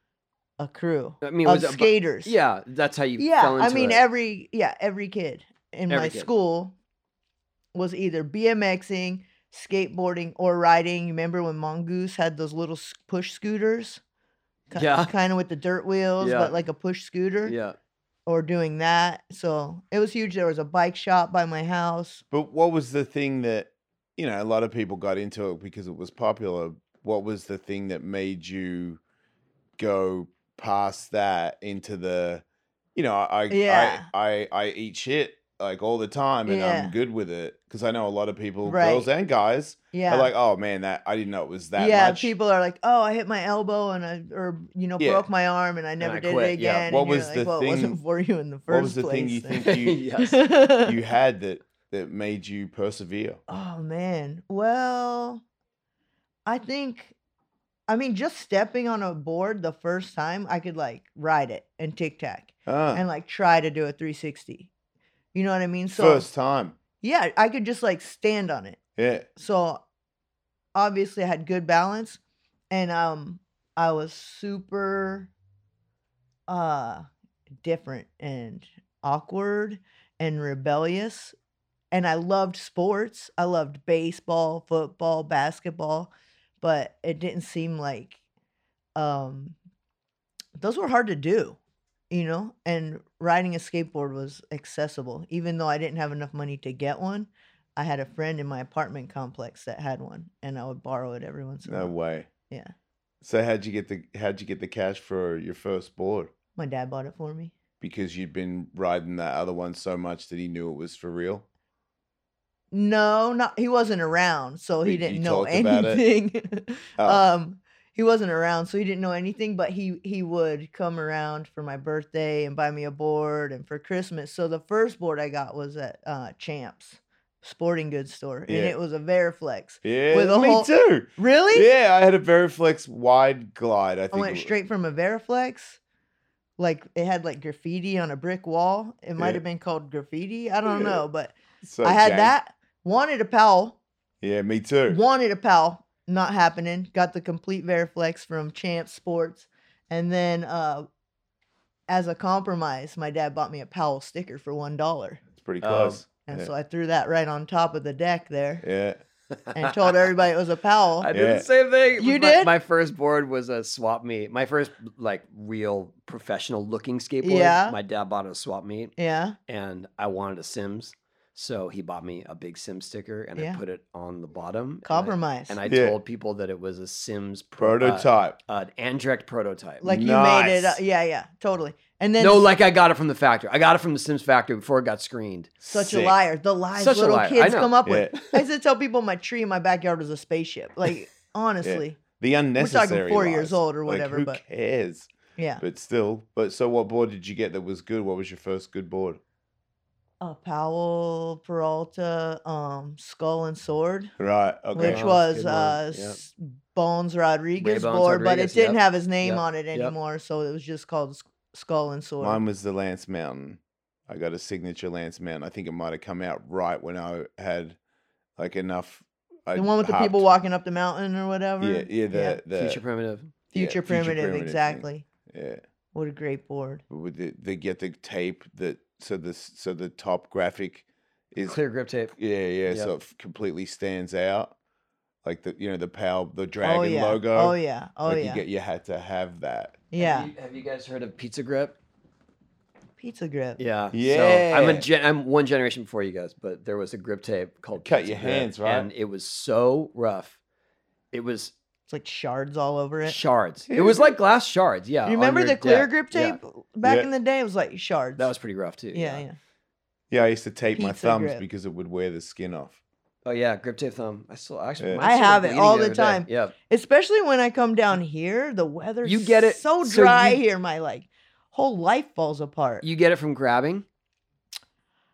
Speaker 4: a crew
Speaker 1: I mean,
Speaker 4: of
Speaker 1: was it a bu-
Speaker 4: skaters.
Speaker 1: Yeah, that's how you.
Speaker 4: yeah
Speaker 1: Fell into
Speaker 4: i mean
Speaker 1: it.
Speaker 4: every yeah every kid in
Speaker 1: Every
Speaker 4: my
Speaker 1: kid.
Speaker 4: school was either bmxing skateboarding or riding. You remember when Mongoose had those little s- push scooters? Ki- <laughs>
Speaker 1: Yeah.
Speaker 4: Kind of with the dirt wheels,
Speaker 1: Yeah.
Speaker 4: but like a push scooter
Speaker 1: Yeah.
Speaker 4: or doing that. So it was huge. There was a bike shop by my house.
Speaker 3: But what was the thing that you know a lot of people got into it because it was popular? What was the thing that made you go past that into the you know I
Speaker 4: Yeah.
Speaker 3: I, I I eat shit like all the time and
Speaker 4: Yeah.
Speaker 3: I'm good with it because I know a lot of people, girls
Speaker 4: Right.
Speaker 3: and guys,
Speaker 4: Yeah.
Speaker 3: are like, oh man, that I didn't know it was that
Speaker 4: yeah,
Speaker 3: much.
Speaker 4: people are like, "Oh, I hit my elbow and I, or you know,
Speaker 3: Yeah.
Speaker 4: broke my arm and I never
Speaker 1: I
Speaker 4: did
Speaker 1: quit,
Speaker 4: it
Speaker 1: yeah.
Speaker 4: again." and
Speaker 3: What
Speaker 4: you're
Speaker 3: was
Speaker 4: like,
Speaker 3: the
Speaker 4: well, it
Speaker 3: thing-
Speaker 4: wasn't <laughs> for you in the first
Speaker 3: what was the
Speaker 4: place.
Speaker 3: thing you
Speaker 4: then."
Speaker 3: think you
Speaker 1: <laughs> yes.
Speaker 3: <laughs>
Speaker 4: <laughs>
Speaker 3: you had that that made you persevere?
Speaker 4: Oh man. Well, I think I mean just stepping on a board the first time, I could like ride it and tic tac
Speaker 3: Ah,
Speaker 4: and like try to do a 360. You know what I mean? So
Speaker 3: first time,
Speaker 4: yeah, I could just like stand on it.
Speaker 3: yeah.
Speaker 4: So obviously I had good balance and um I was super uh different and awkward and rebellious and I loved sports. I loved baseball, football, basketball, but it didn't seem like um those were hard to do, you know? And riding a skateboard was accessible even though I didn't have enough money to get one. I had a friend in my apartment complex that had one and I would borrow it every once in a
Speaker 3: No
Speaker 4: while.
Speaker 3: way.
Speaker 4: Yeah.
Speaker 3: So how'd you get the how'd you get the cash for your first board?
Speaker 4: My dad bought it for me.
Speaker 3: Because you'd been riding that other one so much that he knew it was for real.
Speaker 4: No, not he wasn't around, so
Speaker 3: Wait,
Speaker 4: he
Speaker 3: you
Speaker 4: didn't know
Speaker 3: talked about it?
Speaker 4: anything. <laughs>
Speaker 3: Oh,
Speaker 4: um he wasn't around so he didn't know anything but he he would come around for my birthday and buy me a board and for christmas so the first board i got was at uh champs sporting goods store and
Speaker 3: Yeah.
Speaker 4: it was a veriflex
Speaker 3: yeah,
Speaker 4: with a
Speaker 3: me
Speaker 4: whole-
Speaker 3: too.
Speaker 4: really
Speaker 3: Yeah, I had a Veriflex wide glide. I
Speaker 4: i
Speaker 3: think
Speaker 4: went
Speaker 3: it wa-
Speaker 4: straight from a veriflex like it had like graffiti on a brick wall it might
Speaker 3: Yeah.
Speaker 4: have been called graffiti i don't
Speaker 3: Yeah.
Speaker 4: know but
Speaker 3: so
Speaker 4: i had
Speaker 3: jank.
Speaker 4: that wanted a powell
Speaker 3: Yeah,
Speaker 1: <laughs>
Speaker 3: me too.
Speaker 4: Wanted a pal, not happening. Got the complete Veriflex from Champ Sports, and then uh, as a compromise, my dad bought me a Powell sticker for one dollar,
Speaker 3: It's pretty
Speaker 1: Um,
Speaker 3: close.
Speaker 4: and
Speaker 3: Yeah.
Speaker 4: so I threw that right on top of the
Speaker 1: <laughs>
Speaker 4: deck there
Speaker 3: yeah,
Speaker 4: and told everybody it was a Powell.
Speaker 1: I did
Speaker 3: Yeah.
Speaker 1: the same thing. with
Speaker 4: You
Speaker 1: my-
Speaker 4: did?
Speaker 1: My first board was a swap meet. My first like real professional looking skateboard.
Speaker 4: Yeah.
Speaker 1: My dad bought at a swap meet,
Speaker 4: yeah,
Speaker 1: and I wanted a Sims, so he bought me a big Sim sticker, and I
Speaker 4: Yeah.
Speaker 1: put it on the bottom. and I-
Speaker 4: compromise.
Speaker 1: And I,
Speaker 3: Yeah.
Speaker 1: told people that it was a Sims pro- uh,
Speaker 3: prototype.
Speaker 1: uh, an Andrect prototype.
Speaker 4: like you made
Speaker 3: Nice.
Speaker 4: it. Up. Yeah, yeah, totally. And then
Speaker 1: no,
Speaker 4: s-
Speaker 1: like I got it from the factory. I got it from the Sims factory before it got screened.
Speaker 4: such
Speaker 3: Sick.
Speaker 4: a liar. The lies
Speaker 1: Such a
Speaker 4: little
Speaker 1: liar, I
Speaker 4: kids
Speaker 1: know.
Speaker 4: come up
Speaker 3: Yeah.
Speaker 4: with. I used to tell people my tree in my backyard was a spaceship.
Speaker 1: <laughs>
Speaker 4: Like honestly,
Speaker 3: The unnecessary.
Speaker 4: four years
Speaker 3: lies.
Speaker 4: old or
Speaker 3: Like,
Speaker 4: whatever,
Speaker 3: who
Speaker 4: but-
Speaker 3: cares?
Speaker 4: yeah,
Speaker 3: But still, but so what board did you get that was good? What was your first good board?
Speaker 4: a Powell, Peralta, um, Skull and Sword.
Speaker 3: Right. Okay.
Speaker 4: which
Speaker 1: Oh,
Speaker 4: was
Speaker 1: good one.
Speaker 4: uh,
Speaker 1: Yep.
Speaker 4: S- Bones Rodriguez
Speaker 1: Bones
Speaker 4: board, but
Speaker 1: Rodriguez,
Speaker 4: it didn't
Speaker 1: yep.
Speaker 4: have his name
Speaker 1: Yep.
Speaker 4: on it
Speaker 1: Yep.
Speaker 4: anymore, so it was just called S- Skull and Sword.
Speaker 3: Mine was the Lance Mountain. I got a signature Lance Mountain. I think it might have come out right when I had like enough. I
Speaker 4: the one with the people walking up the mountain or whatever.
Speaker 3: Yeah, yeah, the, the
Speaker 1: Future primitive.
Speaker 3: yeah,
Speaker 4: Future primitive,
Speaker 3: thing.
Speaker 4: exactly.
Speaker 3: Yeah,
Speaker 4: What a great board. Oh,
Speaker 3: with the, they get the tape that so the s- so the top graphic is
Speaker 1: Clear grip tape.
Speaker 3: Yeah, yeah.
Speaker 1: Yep.
Speaker 3: So it f- completely stands out, like the you know the power the dragon
Speaker 4: oh yeah.
Speaker 3: logo.
Speaker 4: Oh yeah. Oh
Speaker 3: like
Speaker 4: yeah.
Speaker 3: You, get, you had to have that.
Speaker 4: yeah.
Speaker 1: Have you, have you guys heard of Pizza Grip?
Speaker 4: Pizza grip.
Speaker 1: Yeah. So I'm
Speaker 3: Yeah.
Speaker 1: a gen- I'm one generation before you guys, but there was a grip tape called
Speaker 3: Cut
Speaker 1: Pizza
Speaker 3: your
Speaker 1: Grip,
Speaker 3: hands, right?
Speaker 1: And it was so rough. It was
Speaker 4: It's like shards all over it.
Speaker 1: shards. It was like glass shards. Yeah.
Speaker 4: you
Speaker 1: on
Speaker 4: remember
Speaker 1: your
Speaker 4: the clear
Speaker 1: deck.
Speaker 4: grip
Speaker 1: Yeah.
Speaker 4: tape back
Speaker 3: Yeah.
Speaker 4: in the day? It was like shards.
Speaker 1: That was pretty rough too.
Speaker 4: yeah, yeah.
Speaker 3: Yeah, I used to tape my
Speaker 4: Pizza
Speaker 3: thumbs
Speaker 4: grip.
Speaker 3: because it would wear the skin off.
Speaker 1: Oh yeah, grip tape thumb. I still actually
Speaker 3: Yeah.
Speaker 1: mine's
Speaker 4: I
Speaker 1: still
Speaker 4: have it
Speaker 1: bleeding
Speaker 4: all the
Speaker 1: other day.
Speaker 4: time.
Speaker 1: Yeah.
Speaker 4: especially when I come down here. The weather's
Speaker 1: You get it-
Speaker 4: so
Speaker 1: so
Speaker 4: dry
Speaker 1: you-
Speaker 4: here. My like whole life falls apart.
Speaker 1: You get it from grabbing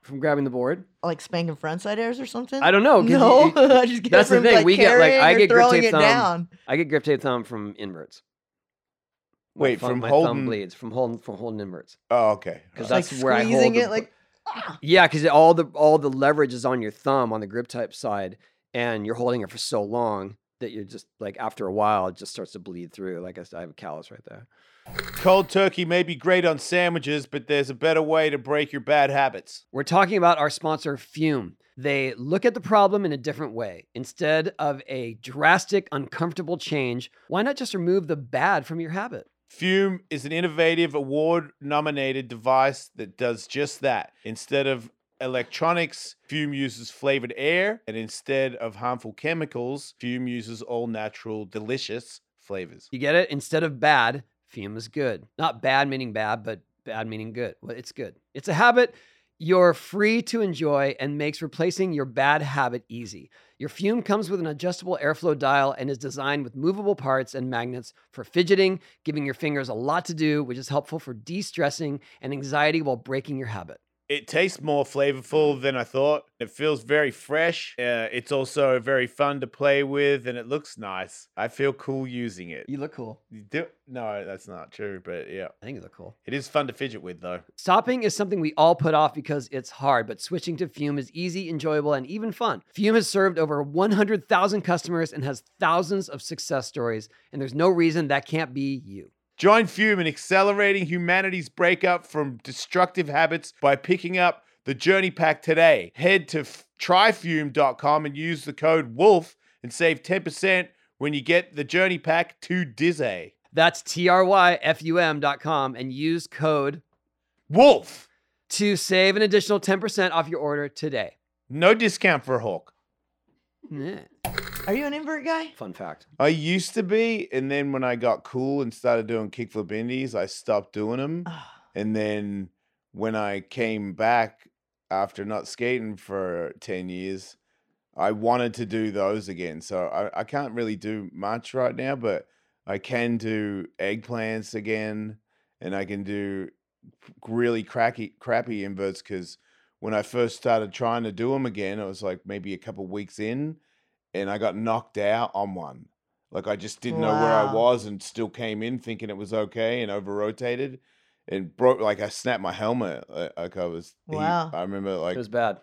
Speaker 1: from grabbing the board.
Speaker 4: like spanking frontside airs or something.
Speaker 1: I don't know. 'cause you-
Speaker 4: No,
Speaker 1: you-
Speaker 4: <laughs> I just get
Speaker 1: that's the
Speaker 4: from,
Speaker 1: thing,
Speaker 4: Like
Speaker 1: we get, like,
Speaker 4: carrying
Speaker 1: I
Speaker 4: or
Speaker 1: get grip
Speaker 4: throwing
Speaker 1: tape
Speaker 4: it
Speaker 1: thumb.
Speaker 4: down.
Speaker 1: I get grip tape thumb from inverts. My
Speaker 3: Wait,
Speaker 1: thumb-
Speaker 3: from
Speaker 1: my
Speaker 3: holding-
Speaker 1: thumb bleeds from holding from holding inverts.
Speaker 3: Oh, okay.
Speaker 1: Because
Speaker 3: right.
Speaker 1: that's
Speaker 4: like
Speaker 1: where I hold
Speaker 4: squeezing
Speaker 1: the
Speaker 4: it
Speaker 1: bo-
Speaker 4: like. ah.
Speaker 1: Yeah, because all the all the leverage is on your thumb on the grip type side, and you're holding it for so long that you're just like after a while it just starts to bleed through. Like I, s- I have a callus right there.
Speaker 3: Cold turkey may be great on sandwiches, but there's a better way to break your bad habits.
Speaker 1: We're talking about our sponsor, Fume. They look at the problem in a different way. Instead of a drastic, uncomfortable change, why not just remove the bad from your habit?
Speaker 3: Fume is an innovative award nominated device that does just that. Instead of electronics, Fume uses flavored air, and instead of harmful chemicals, Fume uses all natural, delicious flavors.
Speaker 1: You get it? Instead of bad, fume is good. Not bad meaning bad, but bad meaning good. Well, it's good. It's a habit you're free to enjoy and makes replacing your bad habit easy. Your fume comes with an adjustable airflow dial and is designed with movable parts and magnets for fidgeting, giving your fingers a lot to do, which is helpful for de stressing and anxiety while breaking your habit.
Speaker 3: It tastes more flavorful than I thought. It feels very fresh. Uh, it's also very fun to play with, and it looks nice. I feel cool using it.
Speaker 1: You look cool.
Speaker 3: You do- no, that's not true, but yeah.
Speaker 1: I think you look cool.
Speaker 3: It is fun to fidget with, though.
Speaker 1: Stopping is something we all put off because it's hard, but switching to Fume is easy, enjoyable, and even fun. Fume has served over 100,000 customers and has thousands of success stories, and there's no reason that can't be you.
Speaker 3: Join Fume in accelerating humanity's breakup from destructive habits by picking up the Journey Pack today. Head to f- tryfume.com and use the code WOLF and save 10% when you get the Journey Pack to Dizzy.
Speaker 1: That's T R Y F U M dot com and use code
Speaker 3: Wolf!
Speaker 1: to save an additional 10% off your order today.
Speaker 3: No discount for Hawk.
Speaker 4: Hmm.
Speaker 1: Yeah.
Speaker 4: Are you an invert guy? <sighs>
Speaker 1: Fun fact.
Speaker 3: I used to be, and then when I got cool and started doing kickflip indies, I stopped doing them.
Speaker 4: Ah,
Speaker 3: And then when I came back after not skating for 10 years, I wanted to do those again. So I, I can't really do much right now, but I can do eggplants again and I can do really cracky, crappy inverts because when I first started trying to do them again, it was like maybe a couple weeks in and I got knocked out on one. Like I just didn't know where I
Speaker 4: Wow.
Speaker 3: was and still came in thinking it was okay and over rotated and broke like I snapped my helmet. li- Like I was, he-
Speaker 4: Wow.
Speaker 3: I remember like
Speaker 1: It was bad.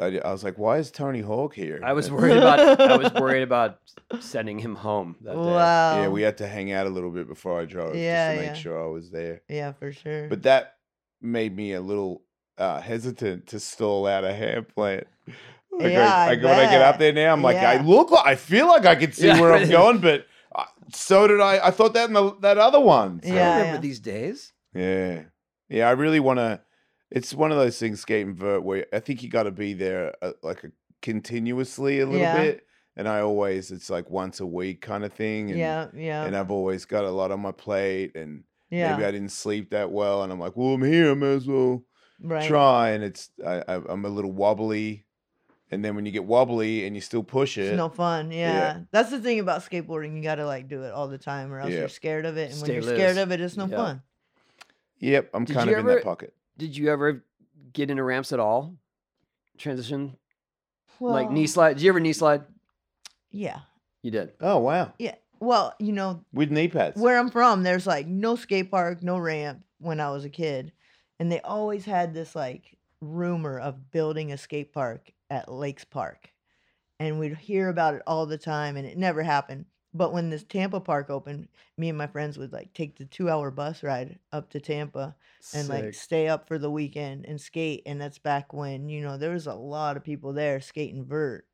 Speaker 3: I, d- I was like, why is Tony Hawk here?
Speaker 1: I
Speaker 3: <laughs>
Speaker 1: was
Speaker 3: And-
Speaker 1: worried about I was worried about sending him home that day.
Speaker 4: wow.
Speaker 3: Yeah, we had to hang out a little bit before I drove
Speaker 4: Yeah,
Speaker 3: just to
Speaker 4: yeah.
Speaker 3: make sure I was there.
Speaker 4: Yeah, for sure.
Speaker 3: But that made me a little uh, hesitant to stall out a hair plant. <laughs> Like, I-
Speaker 4: Yeah, I
Speaker 3: like, when I get
Speaker 4: bet.
Speaker 3: out there now, I'm like, I
Speaker 4: Yeah.
Speaker 3: look, like, I feel like I can
Speaker 1: <laughs>
Speaker 3: see
Speaker 1: Yeah.
Speaker 3: where I'm going, but I, so did I. I thought that in the, that other one. so-
Speaker 1: I
Speaker 4: Yeah,
Speaker 1: remember
Speaker 4: yeah.
Speaker 1: these days.
Speaker 3: Yeah. Yeah, I really want to. It's one of those things, skate and vert, where I think you got to be there uh, like a, continuously a little
Speaker 4: Yeah.
Speaker 3: bit. And I always, it's like once a week kind of thing. And,
Speaker 4: yeah, yeah,
Speaker 3: And I've always got a lot on my plate. And
Speaker 4: yeah.
Speaker 3: maybe I didn't sleep that well. And I'm like, well, I'm here. I may as well
Speaker 4: right.
Speaker 3: try. And it's, I, I, I'm a little wobbly. And then when you get wobbly and you still push
Speaker 4: It's
Speaker 3: it,
Speaker 4: no fun. Yeah.
Speaker 3: Yeah.
Speaker 4: That's the thing about skateboarding. You got to like do it all the time or else
Speaker 3: Yeah.
Speaker 4: you're scared of it. And when
Speaker 1: Stay
Speaker 4: you're scared
Speaker 1: loose.
Speaker 4: of it, it's no
Speaker 1: Yeah.
Speaker 4: fun.
Speaker 3: yep, I'm
Speaker 1: Did
Speaker 3: kind
Speaker 1: you
Speaker 3: of in
Speaker 1: ever-
Speaker 3: that pocket.
Speaker 1: Did you ever get into ramps at all? Transition? like knee
Speaker 4: Well,
Speaker 1: slide? Did you ever knee slide?
Speaker 4: Yeah.
Speaker 1: You did.
Speaker 3: Oh, wow.
Speaker 4: Yeah. Well, you know,
Speaker 3: With knee pads.
Speaker 4: where I'm from, there's like no skate park, no ramp when I was a kid. And they always had this like rumor of building a skate park at Lakes Park. And we'd hear about it all the time and it never happened. But when this Tampa park opened, me and my friends would like take the two hour bus ride up to Tampa and like stay up for the weekend and skate. And that's back when, you know, there was a lot of people there skating vert.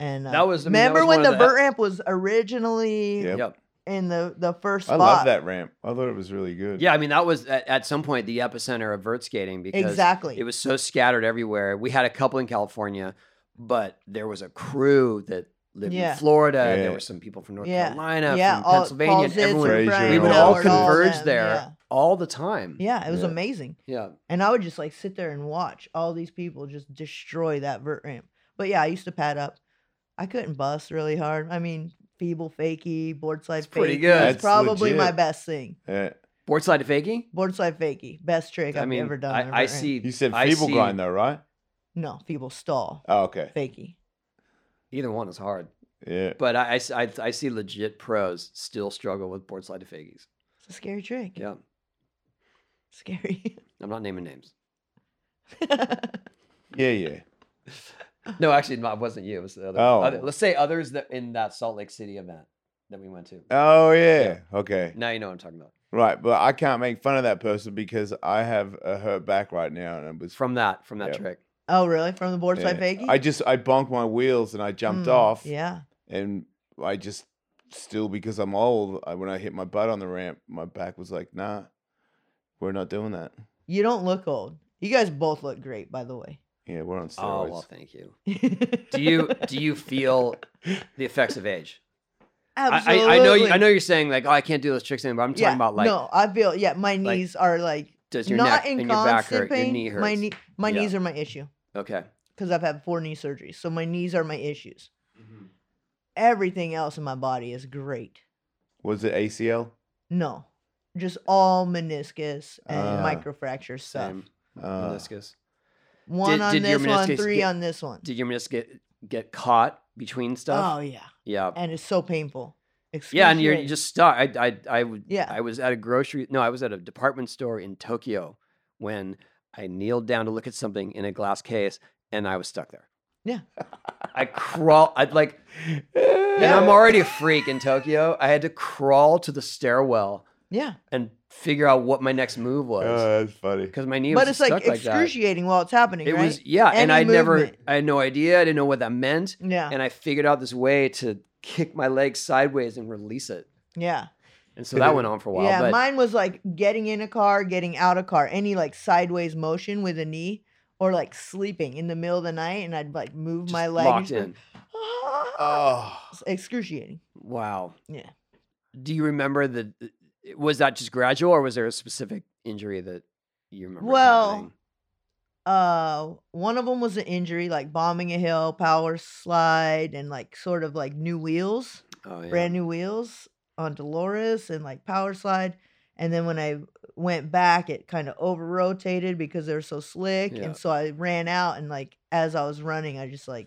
Speaker 4: And uh,
Speaker 1: That was- I mean, that
Speaker 4: remember
Speaker 1: was
Speaker 4: when
Speaker 1: one of
Speaker 4: the
Speaker 1: the- e
Speaker 4: vert ramp was originally
Speaker 3: Yep.
Speaker 1: Yep.
Speaker 4: in the the first
Speaker 3: I
Speaker 4: spot.
Speaker 3: love that ramp. I thought it was really good.
Speaker 1: Yeah, I mean that was at, at some point the epicenter of vert skating because
Speaker 4: Exactly.
Speaker 1: it was so scattered everywhere. We had a couple in California, but there was a crew that lived
Speaker 4: Yeah.
Speaker 1: in Florida. And there
Speaker 3: Yeah.
Speaker 1: were some people from North
Speaker 4: Yeah.
Speaker 1: Carolina,
Speaker 4: yeah,
Speaker 1: uh, from
Speaker 4: all,
Speaker 1: Pennsylvania, and
Speaker 4: Paul Zitz and
Speaker 1: everyone.
Speaker 3: Frazier
Speaker 4: Brian
Speaker 1: We would
Speaker 3: and
Speaker 1: all
Speaker 3: all
Speaker 4: Howard,
Speaker 1: converge
Speaker 4: them,
Speaker 1: there
Speaker 4: Yeah.
Speaker 1: all the time.
Speaker 4: Yeah, it was
Speaker 3: Yeah.
Speaker 4: amazing.
Speaker 1: yeah.
Speaker 4: And I would just like sit there and watch all these people just destroy that vert ramp. But yeah, I used to pad up. I couldn't bust really hard. I mean, feeble fakey, board slide
Speaker 1: It's pretty
Speaker 4: fakey
Speaker 1: good.
Speaker 4: is
Speaker 3: That's
Speaker 4: probably my
Speaker 3: legit.
Speaker 4: best thing.
Speaker 3: Yeah.
Speaker 1: Board slide to fakie.
Speaker 4: Board slide fakey, best trick I've
Speaker 1: I mean,
Speaker 4: ever done. on a vert
Speaker 1: I, I
Speaker 4: ramp.
Speaker 1: see.
Speaker 3: You said
Speaker 1: I
Speaker 3: feeble
Speaker 1: see-
Speaker 3: grind though, right?
Speaker 4: No, feeble stall,
Speaker 3: Oh, okay.
Speaker 4: fakey.
Speaker 1: Either one is hard,
Speaker 3: Yeah.
Speaker 1: but I, I s- I- I see legit pros still struggle with board slide to fakies.
Speaker 4: It's a scary trick.
Speaker 1: Yeah,
Speaker 4: Scary. <laughs>
Speaker 1: I'm not naming names.
Speaker 3: Yeah, yeah.
Speaker 1: No, actually, no, it wasn't you. It was the other.
Speaker 3: Oh.
Speaker 1: other- let's say others that in that Salt Lake City event that we went to.
Speaker 3: Oh yeah. Okay.
Speaker 1: Now you know what I'm talking about.
Speaker 3: Right, but I can't make fun of that person because I have a hurt back right now, and it was
Speaker 1: from that from that
Speaker 3: Yeah.
Speaker 1: trick.
Speaker 4: Oh, really? From the board side
Speaker 3: yeah.
Speaker 4: fakie?
Speaker 3: I just I bonked my wheels and I jumped
Speaker 4: Mm,
Speaker 3: off,
Speaker 4: Yeah.
Speaker 3: and I just still because I'm old. I, when I hit my butt on the ramp, my back was like, "Nah, we're not doing that."
Speaker 4: You don't look old. You guys both look great, by the way.
Speaker 3: Yeah, we're on
Speaker 1: Oh
Speaker 3: steroids.
Speaker 1: well, thank you. Do
Speaker 4: <laughs>
Speaker 1: you do you
Speaker 3: <laughs>
Speaker 1: feel the effects of age? I,
Speaker 4: Absolutely.
Speaker 1: I, I know you, I know you're saying like oh I can't do those tricks anymore. I'm talking
Speaker 4: yeah,
Speaker 1: about like
Speaker 4: no, I feel yeah. My
Speaker 1: like,
Speaker 4: knees are like
Speaker 1: does your
Speaker 4: not
Speaker 1: neck
Speaker 4: in
Speaker 1: and your back
Speaker 4: constant
Speaker 1: hurt?
Speaker 4: pain.
Speaker 1: Your knee hurts.
Speaker 4: My knee, my
Speaker 1: Yeah.
Speaker 4: knees are my issue
Speaker 1: Okay.
Speaker 4: because I've had four knee surgeries, so my knees are my issues. Everything else in my body is great.
Speaker 3: Was it ACL?
Speaker 4: No, just all meniscus and
Speaker 3: Ah.
Speaker 4: microfracture stuff.
Speaker 1: Same.
Speaker 3: Uh,
Speaker 1: meniscus.
Speaker 4: One
Speaker 1: Did-
Speaker 4: on
Speaker 1: did your
Speaker 4: this one,
Speaker 1: meniscus
Speaker 4: three
Speaker 1: get-
Speaker 4: on this one.
Speaker 1: Did your meniscus get get caught between stuff?
Speaker 4: Oh yeah,
Speaker 1: yeah.
Speaker 4: and it's so painful.
Speaker 1: Yeah, and you're
Speaker 4: Excruciating.
Speaker 1: you just stuck. I I I would
Speaker 4: yeah. <laughs>
Speaker 1: I was at a grocery no, I was at a department store in Tokyo when I kneeled down to look at something in a glass case and I was stuck there.
Speaker 4: Yeah.
Speaker 1: I crawl I'd like and
Speaker 4: <laughs>
Speaker 1: I'm already a freak in Tokyo. I had to crawl to the stairwell
Speaker 4: yeah,
Speaker 1: and figure out what my next move was.
Speaker 3: Oh, that's funny.
Speaker 1: Because my knee
Speaker 4: Uh. but
Speaker 1: was
Speaker 4: it's
Speaker 1: stuck
Speaker 4: like
Speaker 1: that.
Speaker 4: excruciating while it's happening.
Speaker 1: It
Speaker 4: right?
Speaker 1: was yeah, and I
Speaker 4: Any
Speaker 1: never
Speaker 4: movement. Uh.
Speaker 1: I had no idea. I didn't know what that meant.
Speaker 4: yeah,
Speaker 1: And I figured out this way to kick my leg sideways and release it.
Speaker 4: yeah.
Speaker 1: And so
Speaker 4: <laughs>
Speaker 1: that went on for a while.
Speaker 4: yeah,
Speaker 1: but
Speaker 4: mine was like getting in a car, getting out a car, any like sideways motion with a knee, or like sleeping in the middle of the night, and I'd like move
Speaker 1: just
Speaker 4: my leg. and
Speaker 1: locked
Speaker 4: just be
Speaker 1: in.
Speaker 4: like, <gasps> "Ah."
Speaker 3: Oh,
Speaker 4: It's excruciating.
Speaker 1: Wow.
Speaker 4: Yeah.
Speaker 1: Do you remember the? the- Was that just gradual, or was there a specific injury that you remember?
Speaker 4: Well,
Speaker 1: happening?
Speaker 4: Uh, one of them was an injury, like bombing a hill, power slide, and like sort of like new wheels,
Speaker 1: oh, yeah.
Speaker 4: brand new wheels on Dolores, and like power slide. And then when I went back, it kind of over rotated because they were so slick,
Speaker 1: Yeah.
Speaker 4: and so I ran out, and like as I was running, I just like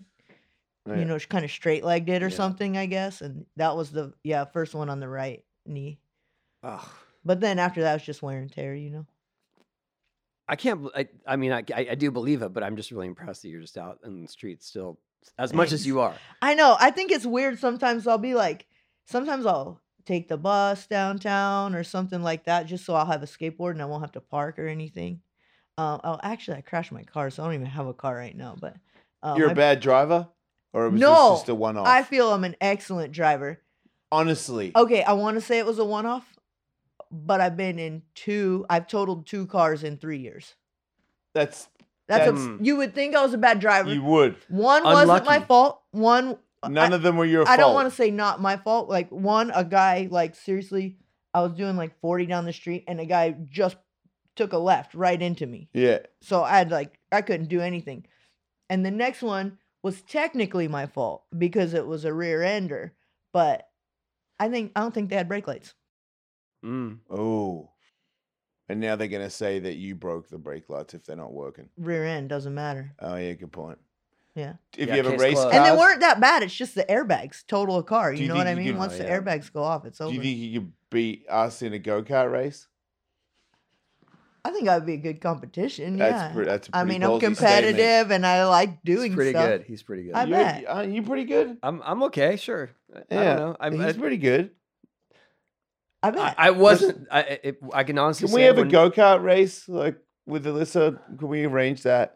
Speaker 3: yeah.
Speaker 4: you know, kind of straight legged it or
Speaker 1: Yeah.
Speaker 4: something, I guess. And that was the yeah first one on the right knee.
Speaker 1: Ugh.
Speaker 4: But then after that, it was just wear and tear, you know.
Speaker 1: I can't. bel- I, I mean, I, I I do believe it, but I'm just really impressed that you're just out in the street still, as much as
Speaker 4: Thanks.
Speaker 1: you are.
Speaker 4: I know. I think it's weird. Sometimes I'll be like, sometimes I'll take the bus downtown or something like that, just so I'll have a skateboard and I won't have to park or anything. Um, oh, actually, I crashed my car, so I don't even have a car right now. But um,
Speaker 3: you're
Speaker 4: I,
Speaker 3: a bad driver, or it was
Speaker 4: No,
Speaker 3: just, just a one-off.
Speaker 4: I feel I'm an excellent driver.
Speaker 3: Honestly,
Speaker 4: Okay, I want to say it was a one off, but I've been in two. I've totaled two cars in three years.
Speaker 3: that's
Speaker 4: That's a,
Speaker 1: That's-
Speaker 4: you would think I was a bad driver.
Speaker 3: mm. you would.
Speaker 4: one wasn't my
Speaker 1: Unlucky.
Speaker 4: fault. One
Speaker 3: None
Speaker 4: I,
Speaker 3: of them were your
Speaker 4: I
Speaker 3: fault.
Speaker 4: don't want to say not my fault. Like one, a guy like seriously, I was doing like 40 down the street, and a guy just took a left right into me.
Speaker 3: Yeah.
Speaker 4: So I had like I couldn't do anything. And the next one was technically my fault because it was a rear ender, but I think I don't think they had brake lights.
Speaker 1: Mm.
Speaker 3: Oh. And now they're gonna say that you broke the brake lights if they're not working.
Speaker 4: Rear end doesn't matter.
Speaker 3: Oh yeah, good point.
Speaker 4: Yeah.
Speaker 3: If
Speaker 1: Yeah,
Speaker 3: you have a
Speaker 1: case
Speaker 3: race
Speaker 1: closed.
Speaker 3: car,
Speaker 4: And they weren't that bad. It's just the airbags total a car.
Speaker 3: Do
Speaker 4: You
Speaker 3: you
Speaker 4: know
Speaker 3: think
Speaker 4: what I
Speaker 3: you
Speaker 4: mean?
Speaker 3: could-
Speaker 4: Once the
Speaker 1: Oh, yeah.
Speaker 4: airbags go off, it's
Speaker 3: Do
Speaker 4: over.
Speaker 3: you think you could beat us in a go kart race?
Speaker 4: I think that would be a good competition. yeah.
Speaker 3: That's pre- that's. a
Speaker 4: I
Speaker 3: pretty
Speaker 4: mean, I'm
Speaker 3: ballsy statement.
Speaker 4: competitive and I like doing
Speaker 1: He's pretty
Speaker 4: stuff.
Speaker 1: good. He's pretty good.
Speaker 4: I
Speaker 1: I'm
Speaker 3: You,
Speaker 4: bet.
Speaker 3: are you pretty good?
Speaker 1: I'm, okay. Sure. I, I
Speaker 3: Yeah,
Speaker 1: don't know. I'm,
Speaker 3: He's
Speaker 1: I,
Speaker 3: pretty good.
Speaker 4: I
Speaker 1: I,
Speaker 4: bet.
Speaker 1: I wasn't. I I- it, I can honestly
Speaker 3: Can
Speaker 1: say
Speaker 3: we have a
Speaker 1: when-
Speaker 3: go kart race like with Alyssa? Can we arrange that?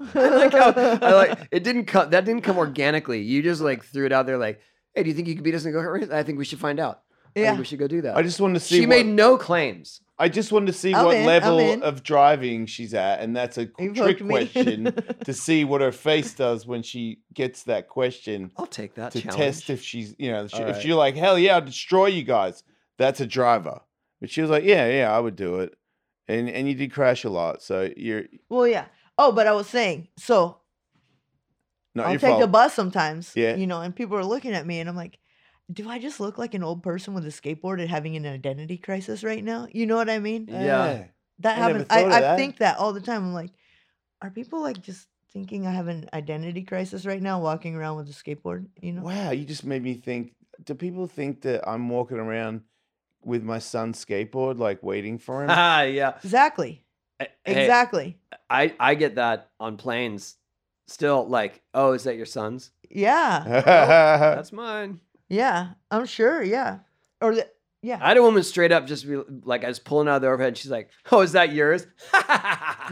Speaker 1: <laughs> I like how I
Speaker 3: <laughs>
Speaker 1: like it didn't come that didn't come organically. You just like threw it out there like, hey, do you think you could beat us in a go-kart race? I think we should find out. I think
Speaker 4: yeah.
Speaker 1: we should go do that.
Speaker 3: I just wanted to see.
Speaker 1: she
Speaker 3: what,
Speaker 1: made no claims.
Speaker 3: I just wanted to see
Speaker 4: I'm
Speaker 3: what
Speaker 4: in, I'm in.
Speaker 3: level of driving she's at, and that's a
Speaker 4: You've
Speaker 3: trick
Speaker 4: hooked me. <laughs>
Speaker 3: question to see what her face does when she gets that question.
Speaker 1: I'll take that
Speaker 3: to
Speaker 1: challenge. <laughs>
Speaker 3: test if she's you know she,
Speaker 1: All
Speaker 3: if
Speaker 1: right.
Speaker 3: you're like hell yeah I'll destroy you guys that's a driver but she was like yeah yeah I would do it and and you did crash a lot so you're
Speaker 4: well, yeah. Oh, but I was saying, so
Speaker 3: not
Speaker 4: I'll
Speaker 3: your
Speaker 4: take
Speaker 3: fault
Speaker 4: the bus sometimes.
Speaker 3: Yeah.
Speaker 4: You know, and people are looking at me and I'm like, do I just look like an old person with a skateboard and having an identity crisis right now? You know what I mean?
Speaker 1: Yeah.
Speaker 4: That
Speaker 3: I never
Speaker 4: happens. I,
Speaker 3: thought of
Speaker 4: I
Speaker 3: that.
Speaker 4: think that all the time. I'm like, are people like just thinking I have an identity crisis right now, walking around with a skateboard? You know?
Speaker 3: wow you just made me think do people think that I'm walking around with my son's skateboard like waiting
Speaker 1: <laughs>
Speaker 3: for him <laughs>
Speaker 1: Ah, yeah.
Speaker 4: Exactly.
Speaker 1: Hey,
Speaker 4: Exactly.
Speaker 1: I, I get that on planes still like, oh, is that your son's?
Speaker 4: Yeah.
Speaker 3: Uh-huh. Uh,
Speaker 1: That's mine.
Speaker 4: Yeah. I'm sure. Yeah. Or the, Yeah. <laughs>
Speaker 1: I had a woman straight up just be like, I was pulling out of the overhead. She's like, "Oh, is that yours?" <laughs>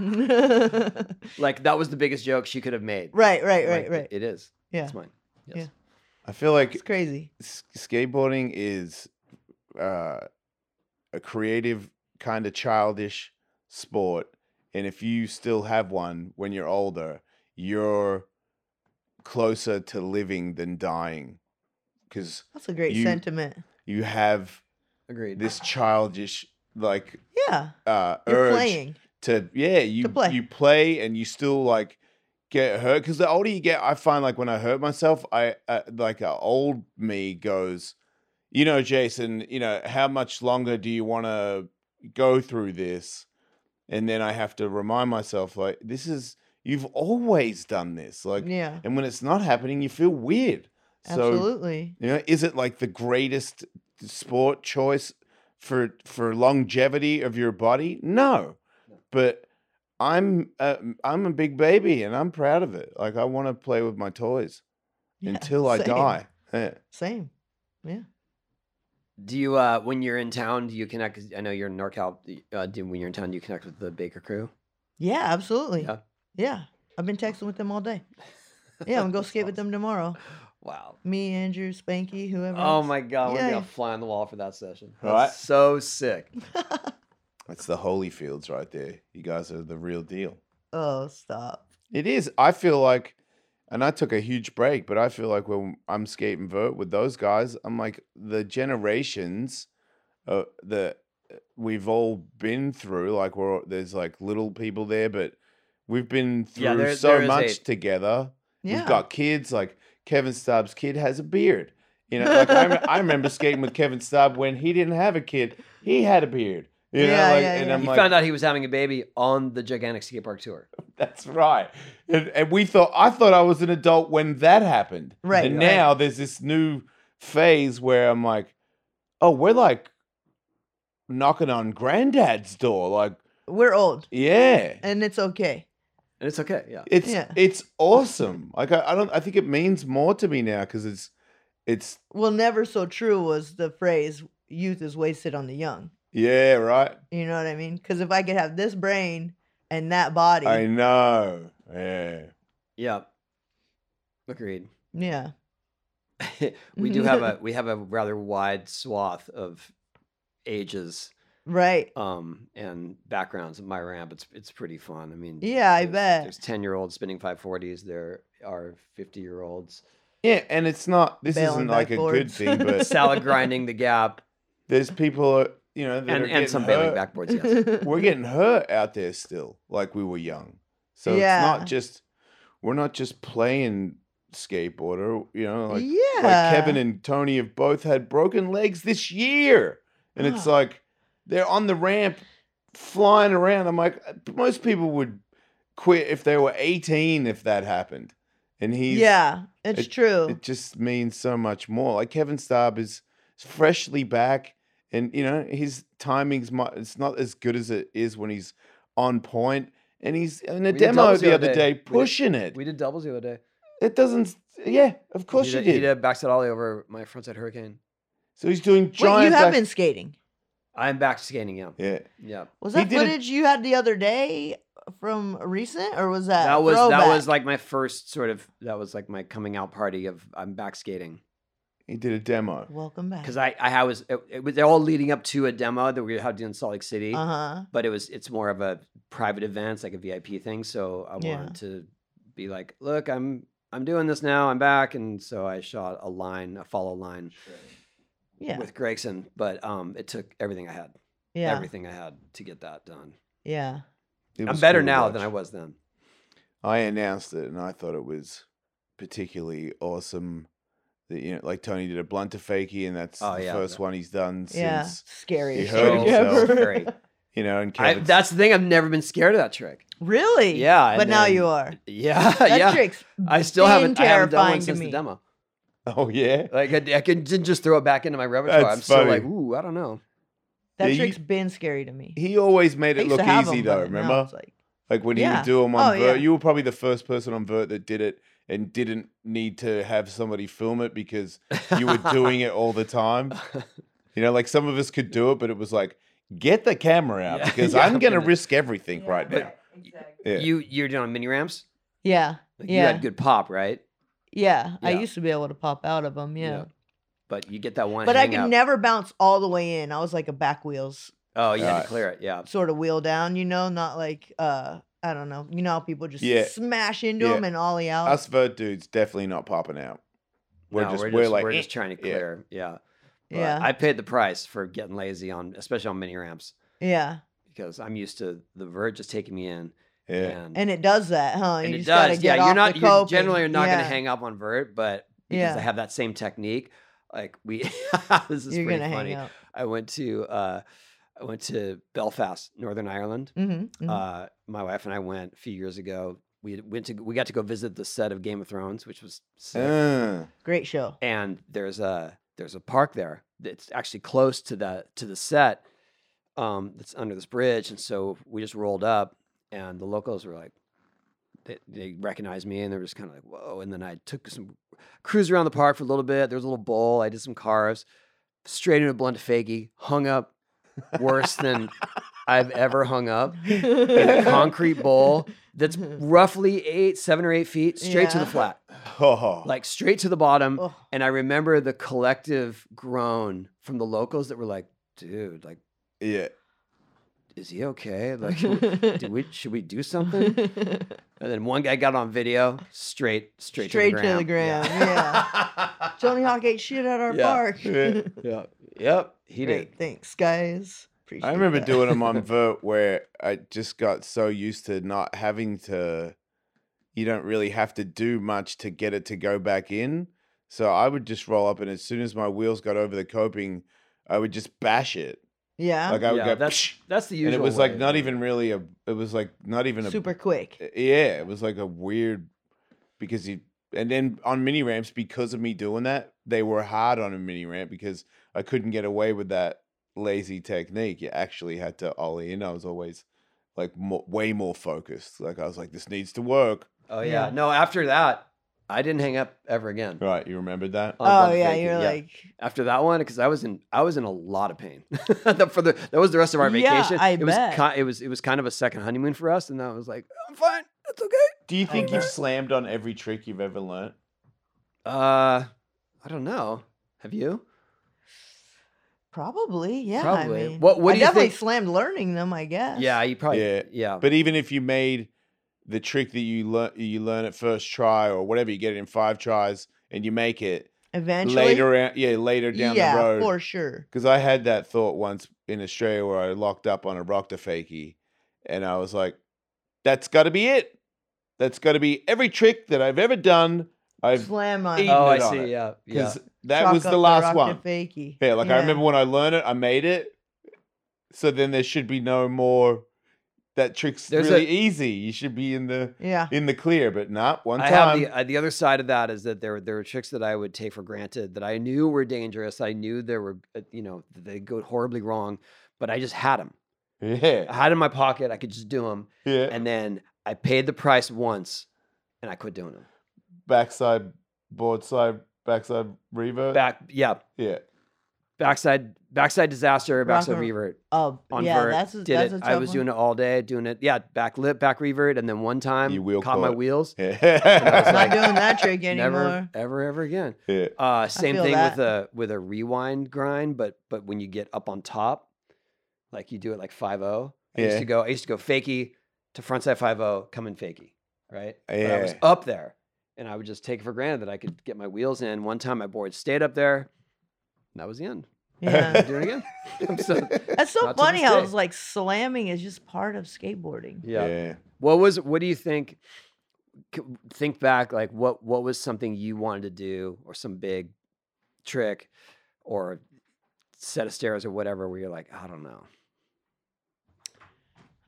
Speaker 1: like that was the biggest joke she could have made.
Speaker 4: right, right,
Speaker 1: Like,
Speaker 4: right,
Speaker 1: it-
Speaker 4: right.
Speaker 1: It is.
Speaker 4: yeah.
Speaker 1: It's mine. Yes.
Speaker 3: I feel like
Speaker 4: It's crazy.
Speaker 3: s- skateboarding is uh, a creative kind of childish sport and if you still have one when you're older you're closer to living than dying because
Speaker 4: That's a great
Speaker 3: You-
Speaker 4: sentiment.
Speaker 3: you have
Speaker 1: Agreed.
Speaker 3: this childish like
Speaker 4: Yeah.
Speaker 3: uh
Speaker 4: You're
Speaker 3: urge
Speaker 4: playing.
Speaker 3: to yeah you
Speaker 4: play.
Speaker 3: you play and you still like get hurt because the older you get i find like when i hurt myself i uh, like a old me goes you know jason you know how much longer do you want to go through this and then i have to remind myself like this is you've always done this like
Speaker 4: yeah.
Speaker 3: and when it's not happening you feel weird so
Speaker 4: absolutely.
Speaker 3: you know, is it like the greatest sport choice for for longevity of your body? No, but I'm a, I'm a big baby and I'm proud of it. Like I want to play with my toys
Speaker 4: Yeah,
Speaker 3: until I
Speaker 4: same,
Speaker 3: die. Yeah.
Speaker 4: Same.
Speaker 1: Do you uh when you're in town, do you connect? 'cause I know you're in NorCal. Uh, do when you're in town, do you connect with the Baker crew?
Speaker 4: Yeah, absolutely.
Speaker 1: Yeah.
Speaker 4: Yeah. I've been texting with them all day.
Speaker 3: <laughs>
Speaker 4: Yeah, I'm gonna go
Speaker 1: That's
Speaker 4: skate with them tomorrow.
Speaker 1: Wow.
Speaker 4: Me, Andrew, Spanky, whoever.
Speaker 1: Oh
Speaker 4: else.
Speaker 1: my god, we're
Speaker 4: Yay.
Speaker 1: gonna fly on the wall for that session. That's
Speaker 3: Right.
Speaker 1: so sick.
Speaker 3: That's the Holyfields right there. You guys are the real deal.
Speaker 4: oh, stop.
Speaker 3: It is. I feel like, and I took a huge break, but I feel like when I'm skating vert with those guys, I'm like the generations, uh, that we've all been through. Like we're all- there's like little people there, but we've been through
Speaker 1: Yeah, there-
Speaker 3: so
Speaker 1: there is
Speaker 3: much
Speaker 1: a-
Speaker 3: together.
Speaker 4: Yeah.
Speaker 3: We've got kids. Like Kevin Stubbs' kid has a beard. You know, like I, rem- I remember skating with Kevin Stubb when he didn't have a kid. He had a beard. You know,
Speaker 4: Yeah,
Speaker 3: like,
Speaker 4: yeah,
Speaker 3: and
Speaker 4: yeah.
Speaker 3: I'm
Speaker 1: you
Speaker 3: like,
Speaker 1: found out he was having a baby on the gigantic skate park tour.
Speaker 3: <laughs> that's right. And, and we thought I thought I was an adult when that happened.
Speaker 4: Right,
Speaker 3: And
Speaker 4: right.
Speaker 3: now there's this new phase where I'm like, oh, we're like knocking on granddad's door. Like,
Speaker 4: We're old,
Speaker 3: yeah.
Speaker 4: and it's okay.
Speaker 1: And it's okay, yeah.
Speaker 3: It's
Speaker 4: yeah.
Speaker 3: it's awesome. Like I, I don't I think it means more to me now because it's it's
Speaker 4: Well, never so true was the phrase "youth is wasted on the young."
Speaker 3: yeah, right?
Speaker 4: You know what I mean? Because if I could have this brain and that body,
Speaker 3: I know. Yeah.
Speaker 1: Yeah. Agreed. <laughs>
Speaker 4: yeah,
Speaker 1: we do have <laughs> a we have a rather wide swath of ages
Speaker 4: right.
Speaker 3: Oh,
Speaker 1: um and backgrounds at my ramp it's it's pretty fun i mean
Speaker 4: Yeah, I
Speaker 1: there's-
Speaker 4: bet.
Speaker 1: there's 10 year olds spinning 540s there are 50 year olds
Speaker 3: Yeah, and it's not this
Speaker 4: Bailing
Speaker 3: isn't like a good
Speaker 4: backwards.
Speaker 3: thing,
Speaker 4: <laughs>
Speaker 3: but
Speaker 1: salad grinding the gap
Speaker 3: <laughs> there's people you know that
Speaker 1: and
Speaker 3: are
Speaker 1: and some
Speaker 3: getting
Speaker 1: bailing
Speaker 3: hurt.
Speaker 1: backboards
Speaker 3: <laughs>
Speaker 1: yes
Speaker 4: <laughs>
Speaker 3: we're getting hurt out there still, like we were young. So it's
Speaker 4: Yeah.
Speaker 3: not just we're not just playing skateboarder, you know, like,
Speaker 4: yeah,
Speaker 3: like Kevin and Tony have both had broken legs this year. And it's
Speaker 4: Wow.
Speaker 3: like they're on the ramp flying around. I'm like most people would quit if they were 18 if that happened. And he's
Speaker 4: yeah, it's
Speaker 3: it-
Speaker 4: true.
Speaker 3: it just means so much more. Like Kevin Staub is freshly back, and you know his timing's mu it's not as good as it is when he's on point. And he's in a
Speaker 1: We did
Speaker 3: demo
Speaker 1: doubles
Speaker 3: the other day,
Speaker 1: We did-
Speaker 3: pushing it.
Speaker 1: we did doubles the other day
Speaker 3: it doesn't. Yeah, of course
Speaker 1: he
Speaker 3: you
Speaker 1: did,
Speaker 3: did.
Speaker 1: he did a backside ollie over my frontside hurricane
Speaker 3: So he's doing giant.
Speaker 4: Wait, you have
Speaker 3: back-
Speaker 4: been skating.
Speaker 1: i'm back to skating yeah
Speaker 3: Yeah,
Speaker 1: yeah
Speaker 4: Was
Speaker 3: He
Speaker 4: that
Speaker 3: did a-
Speaker 4: footage you had the other day from recent, or was that
Speaker 1: that was that was
Speaker 4: throwback?
Speaker 1: like my first sort of that was like my coming out party of i'm back skating
Speaker 3: he did a demo.
Speaker 4: welcome back?
Speaker 1: because I, I was it, it was all leading up to a demo that we had to do in Salt Lake City,
Speaker 4: uh huh.
Speaker 1: but it was it's more of a private event, it's like a VIP thing. So I
Speaker 4: Yeah.
Speaker 1: wanted to be like, look, I'm I'm doing this now, I'm back, and so I shot a line, a follow line
Speaker 4: Yeah,
Speaker 1: with Gregson, but um, it took everything I had,
Speaker 4: yeah,
Speaker 1: everything I had to get that done.
Speaker 4: yeah.
Speaker 3: It
Speaker 1: I'm
Speaker 3: was
Speaker 1: better
Speaker 3: cool to
Speaker 1: now than
Speaker 3: watch.
Speaker 1: I was then.
Speaker 3: I announced it and I thought it was particularly awesome that you know like Tony did a blunt to fakie and that's
Speaker 1: Oh,
Speaker 3: the
Speaker 1: yeah.
Speaker 3: first one he's done
Speaker 4: Yeah,
Speaker 3: since
Speaker 4: scary.
Speaker 3: he
Speaker 4: Scary.
Speaker 3: hurled
Speaker 4: <laughs>
Speaker 3: himself.
Speaker 1: Scary.
Speaker 3: you know and
Speaker 1: I,
Speaker 3: Kevin's
Speaker 1: that's the thing. I've never been scared of that trick.
Speaker 4: really?
Speaker 1: Yeah, and
Speaker 4: But now
Speaker 1: then-
Speaker 4: you are.
Speaker 1: <laughs> Yeah,
Speaker 4: That
Speaker 1: yeah.
Speaker 4: trick's
Speaker 1: I still
Speaker 4: been
Speaker 1: haven't. I haven't done
Speaker 4: terrifying
Speaker 1: one
Speaker 4: to
Speaker 1: since the
Speaker 4: me.
Speaker 1: demo.
Speaker 3: <laughs> Oh yeah.
Speaker 1: Like I, I can didn't just throw it back into my repertoire.
Speaker 3: That's
Speaker 1: I'm still like,
Speaker 3: funny.
Speaker 1: ooh, I don't know.
Speaker 4: That
Speaker 3: Yeah, you-
Speaker 4: trick's been scary to me.
Speaker 3: He always made
Speaker 4: I
Speaker 3: it
Speaker 4: used
Speaker 3: look
Speaker 4: to have
Speaker 3: easy
Speaker 4: 'em,
Speaker 3: though,
Speaker 4: but now
Speaker 3: remember?
Speaker 4: it's like,
Speaker 3: Like when he
Speaker 4: Yeah.
Speaker 3: would do them on
Speaker 4: Oh,
Speaker 3: Vert,
Speaker 4: yeah.
Speaker 3: you were probably the first person on Vert that did it
Speaker 1: <laughs>
Speaker 3: and didn't need to have somebody film it because you were doing it all the time. You know, like some of us could do it, but it was like, get the camera out
Speaker 1: Yeah. <laughs>
Speaker 3: because
Speaker 1: Yeah,
Speaker 3: I'm gonna
Speaker 1: goodness.
Speaker 3: risk everything right
Speaker 1: But-
Speaker 3: now.
Speaker 4: Exactly.
Speaker 3: Yeah.
Speaker 1: You you're doing mini ramps.
Speaker 4: Yeah.
Speaker 1: Like, You
Speaker 4: Yeah.
Speaker 1: had good pop, right?
Speaker 4: yeah. I
Speaker 1: Yeah.
Speaker 4: used to be able to pop out of them. Yeah.
Speaker 1: But you get that one.
Speaker 4: But I
Speaker 1: hang
Speaker 4: could
Speaker 1: up.
Speaker 4: never bounce all the way in. I was like a back wheels
Speaker 1: Oh, you had
Speaker 3: Alright.
Speaker 1: to clear it. Yeah.
Speaker 4: sort of wheel down, you know, not like uh I don't know. You know how people just
Speaker 3: Yeah.
Speaker 4: smash into
Speaker 3: Yeah.
Speaker 4: them and ollie out.
Speaker 3: Us vert dudes definitely not popping out. We're
Speaker 1: No,
Speaker 3: just we're, like
Speaker 1: we're
Speaker 3: "Eh."
Speaker 1: just trying to
Speaker 3: yeah.
Speaker 1: clear. Yeah. But
Speaker 4: yeah.
Speaker 1: I paid the price for getting lazy on, especially on mini ramps,
Speaker 4: yeah.
Speaker 1: because I'm used to the verge just taking me in.
Speaker 3: yeah.
Speaker 1: And,
Speaker 4: And it does that, huh?
Speaker 1: and
Speaker 4: you
Speaker 1: it
Speaker 4: just gotta
Speaker 1: does.
Speaker 4: get
Speaker 1: yeah. You're
Speaker 4: off
Speaker 1: not.
Speaker 4: the
Speaker 1: You
Speaker 4: cope
Speaker 1: generally
Speaker 4: and-
Speaker 1: are not going
Speaker 4: yeah.
Speaker 1: to hang up on vert, but because
Speaker 4: Yeah.
Speaker 1: I have that same technique, like we, <laughs> this is
Speaker 4: You're
Speaker 1: pretty
Speaker 4: gonna
Speaker 1: funny.
Speaker 4: hang out.
Speaker 1: I went to uh, I went to Belfast, Northern Ireland.
Speaker 4: Mm-hmm,
Speaker 1: Uh, my wife and I went a few years ago. We went to we got to go visit the set of Game of Thrones, which was sick.
Speaker 3: Uh,
Speaker 4: Great show.
Speaker 1: and there's a there's a park there that's actually close to the to the set um that's under this bridge and so we just rolled up and the locals were like they, they recognized me and they were just kind of like whoa and then i took some cruise around the park for a little bit there was a little bowl i did some carves straight into a blunt faggy hung up worse than i've ever hung up in
Speaker 4: <laughs>
Speaker 1: a concrete bowl that's roughly eight seven or eight feet straight to the
Speaker 4: Yeah.
Speaker 1: flat
Speaker 3: oh,
Speaker 1: like straight to the bottom <laughs>
Speaker 4: Oh,
Speaker 1: and I remember the collective groan from the locals that were like, dude, like,
Speaker 3: <laughs> yeah.
Speaker 1: is he okay? Like,
Speaker 4: <laughs>
Speaker 1: do we, should we do something? And then one guy got on video, straight, straight,
Speaker 4: Straight
Speaker 1: to
Speaker 4: to the
Speaker 1: the gram.
Speaker 4: gram,
Speaker 1: <laughs>
Speaker 4: Tony Hawk ate shit at our
Speaker 1: Yeah. <laughs>
Speaker 4: <laughs> park.
Speaker 3: Yeah.
Speaker 1: yeah. Yep. He
Speaker 4: Great. Thanks, guys. Appreciate
Speaker 3: I remember
Speaker 4: that.
Speaker 3: doing them
Speaker 4: <laughs>
Speaker 3: on Vert where I just got so used to not having to, you don't really have to do much to get it to go back in. So I would just roll up, and as soon as my wheels got over the coping, I would just bash it.
Speaker 4: Yeah.
Speaker 3: Like
Speaker 1: did.
Speaker 3: I would
Speaker 1: Yeah,
Speaker 3: go,
Speaker 1: that's,
Speaker 3: "Psh,"
Speaker 1: that's the
Speaker 3: and
Speaker 1: usual.
Speaker 3: it was like
Speaker 1: way,
Speaker 3: not
Speaker 1: yeah.
Speaker 3: even really a. It was like not even a.
Speaker 4: Super quick.
Speaker 3: Eh, Yeah, it was like a weird, because you and then on mini ramps because of me doing that, they were hard on a mini ramp because I couldn't get away with that lazy technique. You actually had to ollie in. I was always like mo way more focused. Like I was like, this needs to work.
Speaker 1: Oh, yeah.
Speaker 4: Yeah.
Speaker 1: No, after that, I didn't hang up ever again.
Speaker 3: Right, you remembered that?
Speaker 1: on
Speaker 4: Oh
Speaker 1: Blunt
Speaker 4: yeah,
Speaker 1: Faking,
Speaker 4: you're like
Speaker 1: after that one because I was in I was in a lot of pain. <laughs> The- for the that was the rest of our
Speaker 4: Yeah,
Speaker 1: vacation.
Speaker 4: I
Speaker 1: it
Speaker 4: bet.
Speaker 1: was ki- it was it was kind of a second honeymoon for us, and I was like, I'm fine, that's okay.
Speaker 3: Do you think you've
Speaker 4: bet.
Speaker 3: slammed on every trick you've ever learnt?
Speaker 1: Uh, I don't know. Have you?
Speaker 4: probably yeah.
Speaker 1: Probably.
Speaker 4: I mean,
Speaker 1: What- what
Speaker 4: I
Speaker 1: do you
Speaker 4: definitely
Speaker 1: think-
Speaker 4: slammed learning them. I guess.
Speaker 1: Yeah, you probably.
Speaker 3: Yeah.
Speaker 1: Yeah,
Speaker 3: But even if you made the trick that you learn you learn at first try or whatever, you get it in five tries and you make it
Speaker 4: Eventually.
Speaker 3: later, a- yeah, later down
Speaker 4: yeah,
Speaker 3: the road.
Speaker 4: for sure.
Speaker 3: Because I had that thought once in Australia where I locked up on a rock to fakie, and I was like, "That's got to be it. That's got to be every trick that I've ever done. I've
Speaker 4: Slam on.
Speaker 3: eaten
Speaker 1: Oh, I
Speaker 3: it on
Speaker 1: see.
Speaker 3: it.
Speaker 1: Yeah, yeah.
Speaker 3: because that
Speaker 4: Chalk
Speaker 3: was
Speaker 4: up
Speaker 3: the last
Speaker 4: rock
Speaker 3: one.
Speaker 4: To fakie.
Speaker 3: Yeah, like I remember when I learned it, I made it. So then there should be no more. That trick's
Speaker 1: There's
Speaker 3: really
Speaker 1: a-
Speaker 3: easy. You should be in the
Speaker 4: Yeah.
Speaker 3: in the clear, but not one
Speaker 1: I have
Speaker 3: time.
Speaker 1: the uh, the other side of that is that there were- there were tricks that I would take for granted that I knew were dangerous. I knew there were uh, you know they go horribly wrong, but I just had them. I
Speaker 3: <laughs> yeah,
Speaker 1: had 'em in my pocket. I could just do them,
Speaker 3: yeah.
Speaker 1: and then I paid the price once, and I quit doing them.
Speaker 3: backside, board side, backside revert.
Speaker 1: Back yeah,
Speaker 3: yeah,
Speaker 1: backside backside disaster,
Speaker 4: Rock
Speaker 1: backside
Speaker 4: and-
Speaker 1: revert.
Speaker 4: Oh
Speaker 1: on
Speaker 4: yeah.
Speaker 1: vert.
Speaker 4: That's a,
Speaker 1: did
Speaker 4: that's
Speaker 1: it.
Speaker 4: a tough
Speaker 1: I was
Speaker 4: one. <laughs>
Speaker 1: doing it all day, doing it. Yeah, back lip, back revert, and then one time
Speaker 3: You wheel
Speaker 1: caught my
Speaker 3: caught.
Speaker 1: wheels.
Speaker 3: yeah.
Speaker 1: was
Speaker 4: Not
Speaker 1: like,
Speaker 4: doing that trick
Speaker 1: <laughs> Never,
Speaker 4: anymore.
Speaker 1: ever, ever again.
Speaker 3: <laughs> yeah.
Speaker 1: Uh, same
Speaker 4: feel
Speaker 1: thing with
Speaker 4: that.
Speaker 1: a with a rewind grind, but but when you get up on top, like you do it like five zero. I used
Speaker 3: Yeah.
Speaker 1: to go. I used to go fakie to frontside five zero, come in fakie, right? But I was
Speaker 3: Yeah.
Speaker 1: up there, and I would just take it for granted that I could get my wheels in. One time, my board stayed up there. And that was the end. <laughs>
Speaker 4: Yeah. <laughs>
Speaker 1: Do it again.
Speaker 3: <laughs>
Speaker 1: I'm so,
Speaker 4: That's so
Speaker 1: Not to
Speaker 4: funny how
Speaker 1: mistake.
Speaker 4: it's like slamming is just part of skateboarding.
Speaker 1: <laughs> yeah. What was what do you think c- think back like what what was something you wanted to do or some big trick or set of stairs or whatever where you're like I don't know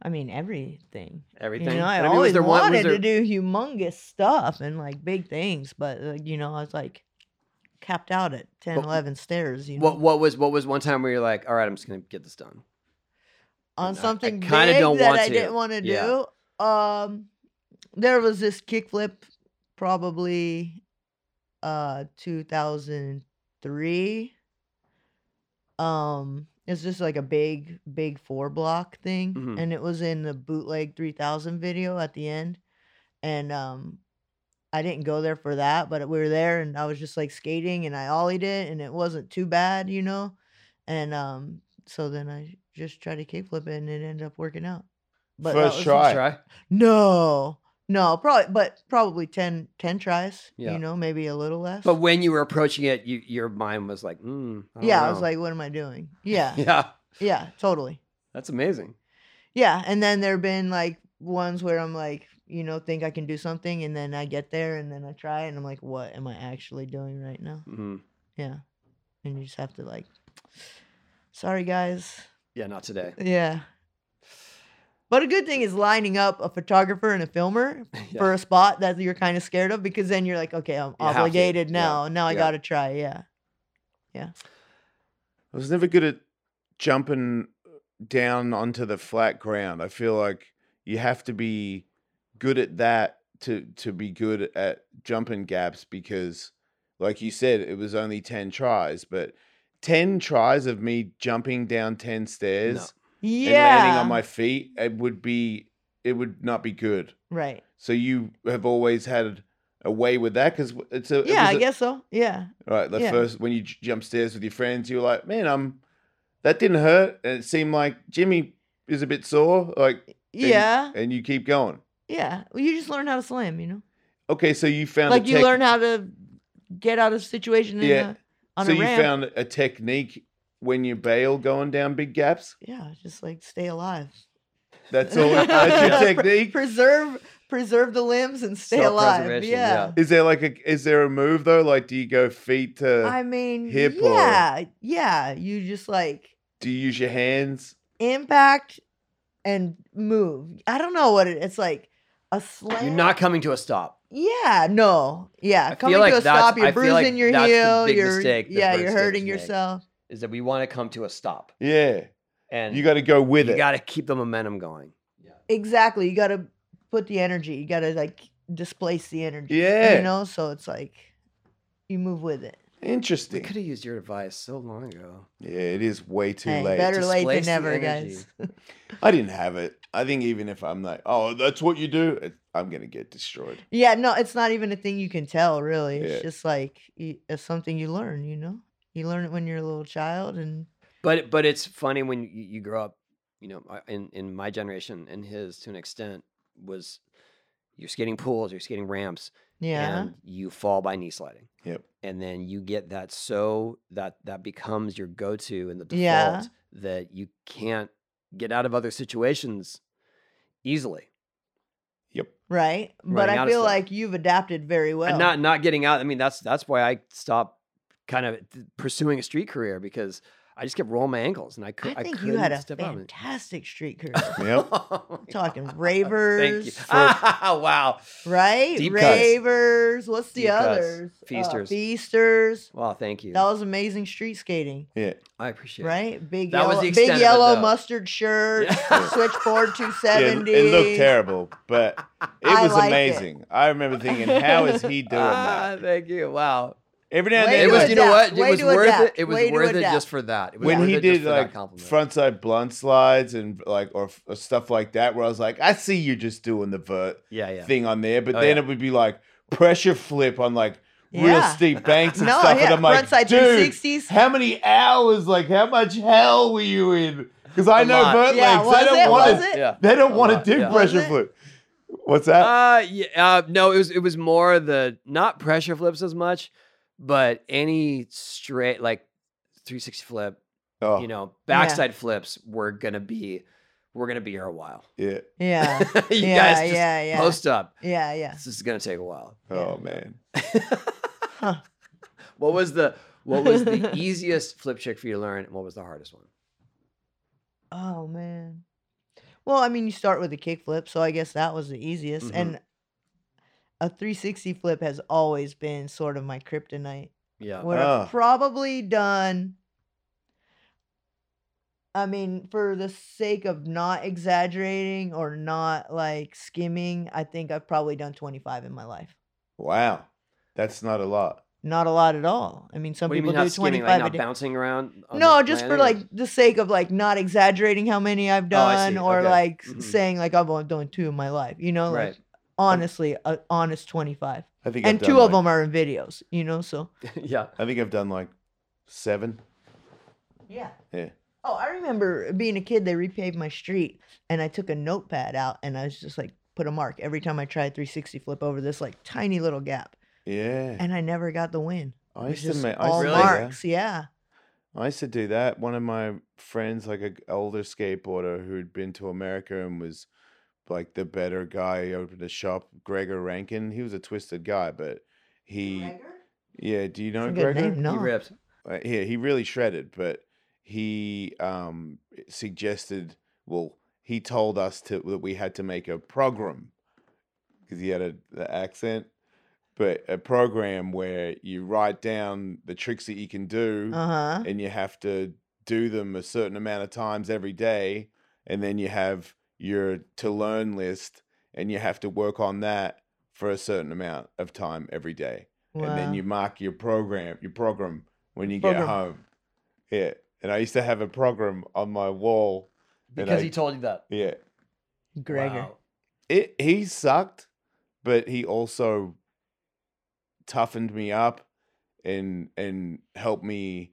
Speaker 4: I mean everything.
Speaker 1: everything
Speaker 4: You know, I,
Speaker 1: But mean, was
Speaker 4: always
Speaker 1: there one- was
Speaker 4: wanted
Speaker 1: there-
Speaker 4: to do humongous stuff and like big things, but uh, you know, I was like capped out at 10,
Speaker 1: But-
Speaker 4: 11 stairs. You know,
Speaker 1: what what was what was one time where you're like all right I'm just going to get this done I- I
Speaker 4: on something
Speaker 1: kinda
Speaker 4: big
Speaker 1: don't
Speaker 4: that
Speaker 1: want
Speaker 4: I
Speaker 1: to.
Speaker 4: didn't want to
Speaker 1: Yeah.
Speaker 4: do. Um, there was this kickflip, probably, uh, two thousand three. um it's just like a big big four block thing
Speaker 1: Mhm.
Speaker 4: and it was in the bootleg 3000 video at the end and um i didn't go there for that but we were there and i was just like skating and i ollied it and it wasn't too bad you know and um so then i just tried to kickflip it and it ended up working out but that
Speaker 3: First
Speaker 4: was-
Speaker 3: try.
Speaker 1: Try.
Speaker 4: no no probably but probably 10 10 tries
Speaker 1: Yeah.
Speaker 4: you know maybe a little less
Speaker 1: But when you were approaching it, you, your mind was like, mm, I don't
Speaker 4: yeah i was
Speaker 1: know." <laughs>
Speaker 4: like what am i doing yeah
Speaker 1: yeah,
Speaker 4: yeah totally
Speaker 1: that's amazing.
Speaker 4: Yeah, and then there've been like ones where I'm like, you know, think I can do something, and then I get there, and then I try, it, and I'm like, what am I actually doing right now?
Speaker 1: Mhm.
Speaker 4: Yeah, and you just have to like, sorry guys,
Speaker 1: Yeah, not
Speaker 4: <laughs>
Speaker 1: today.
Speaker 4: yeah. But a good thing is lining up a photographer and a filmer
Speaker 1: Yeah.
Speaker 4: for a spot that you're kind of scared of because then you're like, okay, I'm
Speaker 1: have to,
Speaker 4: obligated
Speaker 1: yeah,
Speaker 4: now. Now I
Speaker 1: yeah.
Speaker 4: gotta try. Yeah.
Speaker 3: I was never good at jumping down onto the flat ground. I feel like you have to be good at that to to be good at jumping gaps because like you said it was only 10 tries, but 10 tries of me jumping down 10 stairs
Speaker 4: Yeah.
Speaker 3: and landing on my feet it would be it would not be good.
Speaker 4: right.
Speaker 3: So you have always had a way with that cuz it's a it
Speaker 4: Yeah,
Speaker 3: was
Speaker 4: I
Speaker 3: a-
Speaker 4: guess so. Yeah.
Speaker 3: Right, the
Speaker 4: Yeah.
Speaker 3: first when you j- jump stairs with your friends, you were like, "Man, I'm that didn't hurt," and it seemed like Jimmy is a bit sore, like, and-
Speaker 4: Yeah.
Speaker 3: and you keep going.
Speaker 4: Yeah. Well, you just learn how to slam, you know?
Speaker 3: Okay, so you found a
Speaker 4: like you
Speaker 3: tech-
Speaker 4: learn how to get out of situation in
Speaker 3: Yeah.
Speaker 4: a, on
Speaker 3: so
Speaker 4: a
Speaker 3: you
Speaker 4: ramp.
Speaker 3: found a technique when you bail going down big gaps.
Speaker 4: yeah, just like stay alive.
Speaker 3: That's
Speaker 4: <laughs>
Speaker 3: all. that's
Speaker 4: Pre-
Speaker 3: your technique.
Speaker 4: Preserve preserve the limbs and stay alive.
Speaker 1: Self-preservation,
Speaker 4: Yeah.
Speaker 3: Is there like a is there a move though? Like, do you go feet to?
Speaker 4: I mean,
Speaker 3: hip or-
Speaker 4: yeah, yeah. You just like
Speaker 3: do you use your hands?
Speaker 4: impact and move. I don't know what it, it's like. A slam.
Speaker 1: You're not coming to a stop.
Speaker 4: Yeah, no. Yeah,
Speaker 1: I feel
Speaker 4: coming
Speaker 1: like
Speaker 4: to a
Speaker 1: that's-
Speaker 4: stop, you're
Speaker 1: I feel
Speaker 4: bruising
Speaker 1: like
Speaker 4: your
Speaker 1: that's the
Speaker 4: heel.
Speaker 1: big
Speaker 4: You're
Speaker 1: mistake that
Speaker 4: yeah,
Speaker 1: break
Speaker 4: you're
Speaker 1: skaters
Speaker 4: hurting
Speaker 1: make.
Speaker 4: yourself.
Speaker 1: Is that we want to come to a stop,
Speaker 3: Yeah,
Speaker 1: and
Speaker 3: you got to go with
Speaker 1: you
Speaker 3: it.
Speaker 1: got to keep the momentum going.
Speaker 4: Exactly. You got to put the energy. You got to like displace the energy.
Speaker 3: Yeah.
Speaker 4: You know, so it's like you move with it.
Speaker 1: We
Speaker 3: Interesting.
Speaker 1: could have used your advice so long ago.
Speaker 3: Yeah, it is way too
Speaker 4: Hey,
Speaker 3: late.
Speaker 4: Better late than
Speaker 1: Displace the
Speaker 4: never,
Speaker 1: energy.
Speaker 4: guys.
Speaker 3: I didn't have it. I think even if I'm like, oh, that's what you do, it- I'm gonna get destroyed.
Speaker 4: yeah. No, it's not even a thing you can tell, really. It's
Speaker 3: Yeah.
Speaker 4: just like y- it's something you learn. You know, you learn it when you're a little child, and
Speaker 1: But it- but it's funny when you, you grow up, you know, I- in in my generation and his to an extent was you're skating pools, you're skating ramps,
Speaker 4: yeah,
Speaker 1: and you fall by knee sliding.
Speaker 3: Yep.
Speaker 1: And then you get that so that that becomes your go-to and the default
Speaker 4: Yeah.
Speaker 1: that you can't get out of other situations easily.
Speaker 3: Yep.
Speaker 4: right. But
Speaker 1: running
Speaker 4: I
Speaker 1: out of
Speaker 4: feel
Speaker 1: stuff.
Speaker 4: like you've adapted very well.
Speaker 1: and not not getting out. I mean, that's that's why I stopped kind of th- pursuing a street career because I just kept rolling my ankles and I could
Speaker 4: I think
Speaker 1: couldn't
Speaker 4: you had a
Speaker 1: step out of it. <laughs>
Speaker 4: fantastic street career. <laughs>
Speaker 3: Yep.
Speaker 1: I'm
Speaker 4: talking
Speaker 1: <laughs> Thank you. <laughs>
Speaker 4: ravers, ah,
Speaker 1: wow.
Speaker 4: right?
Speaker 1: Deep cuts.
Speaker 4: Ravers. What's the
Speaker 1: Deep cuts.
Speaker 4: others? Uh,
Speaker 1: Feasters.
Speaker 4: feasters.
Speaker 1: Wow. Thank you.
Speaker 4: That was amazing street skating.
Speaker 3: Yeah.
Speaker 1: I appreciate it.
Speaker 4: Right? Big
Speaker 1: That was
Speaker 4: yellow,
Speaker 1: the extent of
Speaker 4: big
Speaker 1: it,
Speaker 4: yellow
Speaker 1: though.
Speaker 4: mustard shirt,
Speaker 1: <laughs> Yeah.
Speaker 4: switchboard
Speaker 3: Yeah, it-
Speaker 4: 270.
Speaker 3: it looked terrible, but it
Speaker 4: I
Speaker 3: was
Speaker 4: liked it. Uh,
Speaker 3: amazing. I remember thinking, how is
Speaker 4: <laughs>
Speaker 3: he doing
Speaker 1: Ah,
Speaker 3: that?
Speaker 1: thank you. Wow.
Speaker 3: Every now and
Speaker 4: Way
Speaker 3: then,
Speaker 1: it
Speaker 4: to
Speaker 1: was,
Speaker 3: like,
Speaker 1: you know what?
Speaker 4: adapt,
Speaker 1: It
Speaker 4: way
Speaker 1: was
Speaker 4: to
Speaker 1: worth
Speaker 4: adapt,
Speaker 1: it. It was
Speaker 4: way to
Speaker 1: worth it
Speaker 4: adapt.
Speaker 1: just for that. It was
Speaker 3: when
Speaker 1: worth
Speaker 3: he
Speaker 1: it just
Speaker 3: did
Speaker 1: for
Speaker 3: like
Speaker 1: that compliment.
Speaker 3: frontside blunt slides and like or, f- or stuff like that, where I was like, I see you just doing the vert
Speaker 1: yeah, yeah.
Speaker 3: thing on there, but
Speaker 1: Oh,
Speaker 3: then
Speaker 1: yeah.
Speaker 3: it would be like pressure flip on like real
Speaker 4: Yeah.
Speaker 3: steep banks and
Speaker 4: no,
Speaker 3: stuff,
Speaker 4: yeah,
Speaker 3: and I'm like,
Speaker 4: frontside
Speaker 3: dude,
Speaker 1: <laughs>
Speaker 4: 360s.
Speaker 3: How many hours? Like, how much hell were you in? Because I
Speaker 1: A
Speaker 3: know
Speaker 1: lot.
Speaker 3: Burt
Speaker 4: Yeah,
Speaker 3: legs. They
Speaker 4: was
Speaker 3: don't
Speaker 4: it?
Speaker 3: want
Speaker 4: Was
Speaker 3: to.
Speaker 4: it?
Speaker 1: yeah.
Speaker 3: They don't
Speaker 1: A
Speaker 3: want
Speaker 1: lot,
Speaker 3: to do
Speaker 1: yeah.
Speaker 3: pressure
Speaker 4: Was it?
Speaker 3: flip. What's that?
Speaker 1: Uh, yeah, uh, no, it was it was more the not pressure flips as much, but any straight like 360 flip,
Speaker 3: oh,
Speaker 1: you know, backside flips were gonna be we're gonna be here a while. <laughs>
Speaker 3: yeah.
Speaker 4: Yeah.
Speaker 1: you
Speaker 4: yeah,
Speaker 1: guys just
Speaker 4: yeah, yeah.
Speaker 1: post up.
Speaker 4: yeah, yeah.
Speaker 1: This is gonna take a while.
Speaker 3: Oh man.
Speaker 1: What was the what was
Speaker 4: <laughs>
Speaker 1: the easiest flip trick for you to learn, and what was the hardest one?
Speaker 4: Oh, man. Well, I mean, you start with a kickflip, so I guess that was the easiest.
Speaker 1: Mhm.
Speaker 4: And a 360 flip has always been sort of my kryptonite.
Speaker 1: Yeah,
Speaker 4: would
Speaker 3: Ah.
Speaker 4: have probably done. I mean, for the sake of not exaggerating or not like skimming, I think I've probably done 25 in my life.
Speaker 3: Wow. That's not a lot.
Speaker 4: Not a lot at all. I mean, some
Speaker 1: What do you
Speaker 4: people
Speaker 1: mean not
Speaker 4: do
Speaker 1: skimming?
Speaker 4: 25
Speaker 1: Like
Speaker 4: a
Speaker 1: not
Speaker 4: day.
Speaker 1: bouncing around? on
Speaker 4: No,
Speaker 1: the
Speaker 4: just for
Speaker 1: landing
Speaker 4: like
Speaker 1: or-
Speaker 4: the sake of like not exaggerating how many I've
Speaker 1: Oh, I see.
Speaker 4: done or
Speaker 1: Okay.
Speaker 4: like
Speaker 1: Mhm.
Speaker 4: saying like I've only done two in my life, you know, like
Speaker 1: right.
Speaker 4: honestly, a honest 25.
Speaker 3: I think
Speaker 4: And
Speaker 3: I've done,
Speaker 4: two of
Speaker 3: like-
Speaker 4: them are in videos, you know, so
Speaker 1: <laughs> yeah.
Speaker 3: I think I've done like seven.
Speaker 4: yeah.
Speaker 3: Yeah.
Speaker 4: Oh, I remember being a kid, they repaved my street and I took a notepad out and I was just like, put a mark every time I tried 360 flip over this like tiny little gap.
Speaker 3: Yeah. Oh,
Speaker 4: And I never got the win.
Speaker 3: I
Speaker 4: It was
Speaker 3: used to
Speaker 4: just
Speaker 3: make. I used
Speaker 4: all
Speaker 3: to do
Speaker 1: Really?
Speaker 3: that.
Speaker 4: marks. Yeah.
Speaker 3: I used to do that. One of my friends, like a g- older skateboarder who'd been to America and was like the better guy, he opened a shop. Gregor Rankin. He was a twisted guy, but he, yeah. Do you know
Speaker 4: That's a good
Speaker 3: Gregor?
Speaker 4: name. No.
Speaker 1: He ripped.
Speaker 3: uh, yeah, he really shredded, but he um suggested well, he told us to that we had to make a program because he had a the accent, but a program where you write down the tricks that you can do
Speaker 4: Uh huh.
Speaker 3: and you have to do them a certain amount of times every day and then you have your to learn list and you have to work on that for a certain amount of time every day and then you mark your program, your program when you
Speaker 4: Program.
Speaker 3: get home. Yeah, and I used to have a program on my wall. and
Speaker 1: Because
Speaker 3: I-
Speaker 1: he told you that.
Speaker 3: yeah,
Speaker 4: Gregor.
Speaker 1: Wow.
Speaker 3: it he sucked, but he also toughened me up and and helped me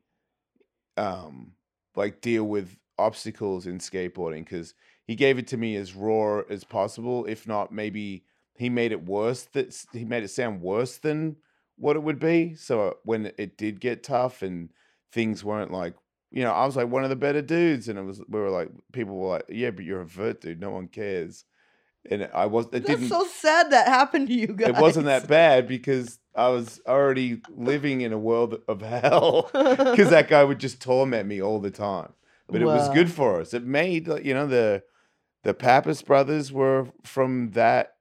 Speaker 3: um like deal with obstacles in skateboarding because he gave it to me as raw as possible if not maybe he made it worse that he made it sound worse than what it would be so uh, when it did get tough and things weren't like you know i was like one of the better dudes and it was we were like people were like yeah but you're a vert dude no one cares and i was it
Speaker 4: That's
Speaker 3: didn't
Speaker 4: so sad that happened to you guys.
Speaker 3: it wasn't that bad because I was already living in a world of hell <laughs>
Speaker 4: <laughs>
Speaker 3: because that guy would just torment me all the time. But it was
Speaker 4: Wow.
Speaker 3: good for us. It made like, you know the the Pappas brothers were from that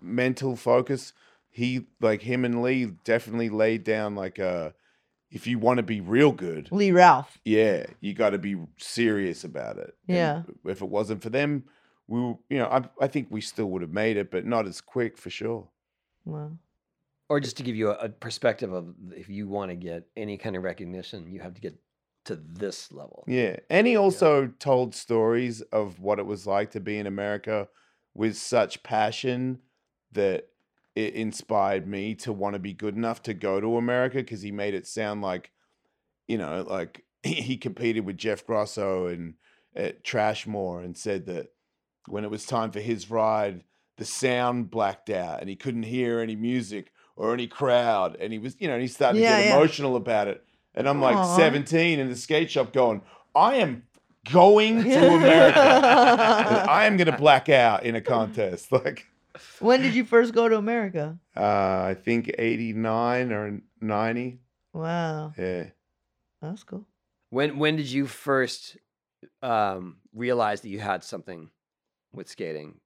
Speaker 3: mental focus. He like him and Lee definitely laid down like a if you want to be real good,
Speaker 4: Lee Ralph.
Speaker 3: yeah, you got to be serious about it. And
Speaker 4: Yeah.
Speaker 3: if it wasn't for them, we w- you know I I think we still would have made it, but not as quick for sure.
Speaker 4: Wow.
Speaker 1: Or just to give you a, a perspective of if you want to get any kind of recognition, you have to get to this level.
Speaker 4: <laughs>
Speaker 3: Yeah. And he also told stories of what it was like to be in America with such passion that it inspired me to want to be good enough to go to America because he made it sound like, you know, like <laughs> he competed with Jeff Grosso and at Trashmore and said that when it was time for his ride, the sound blacked out and he couldn't hear any music or any crowd. And he was, you know, and he started to
Speaker 4: Yeah,
Speaker 3: get
Speaker 4: yeah.
Speaker 3: emotional about it. And I'm like
Speaker 4: Aw.
Speaker 3: 17 in the skate shop going, I am
Speaker 1: <laughs>
Speaker 3: going to America. and I am going <laughs>
Speaker 4: <laughs>
Speaker 3: to black out in a contest. <laughs> Like,
Speaker 4: when did you first go to America?
Speaker 3: uh, I think 89 or 90.
Speaker 4: Wow.
Speaker 3: Yeah.
Speaker 4: That's cool.
Speaker 1: When when did you first um, realize that you had something with skating,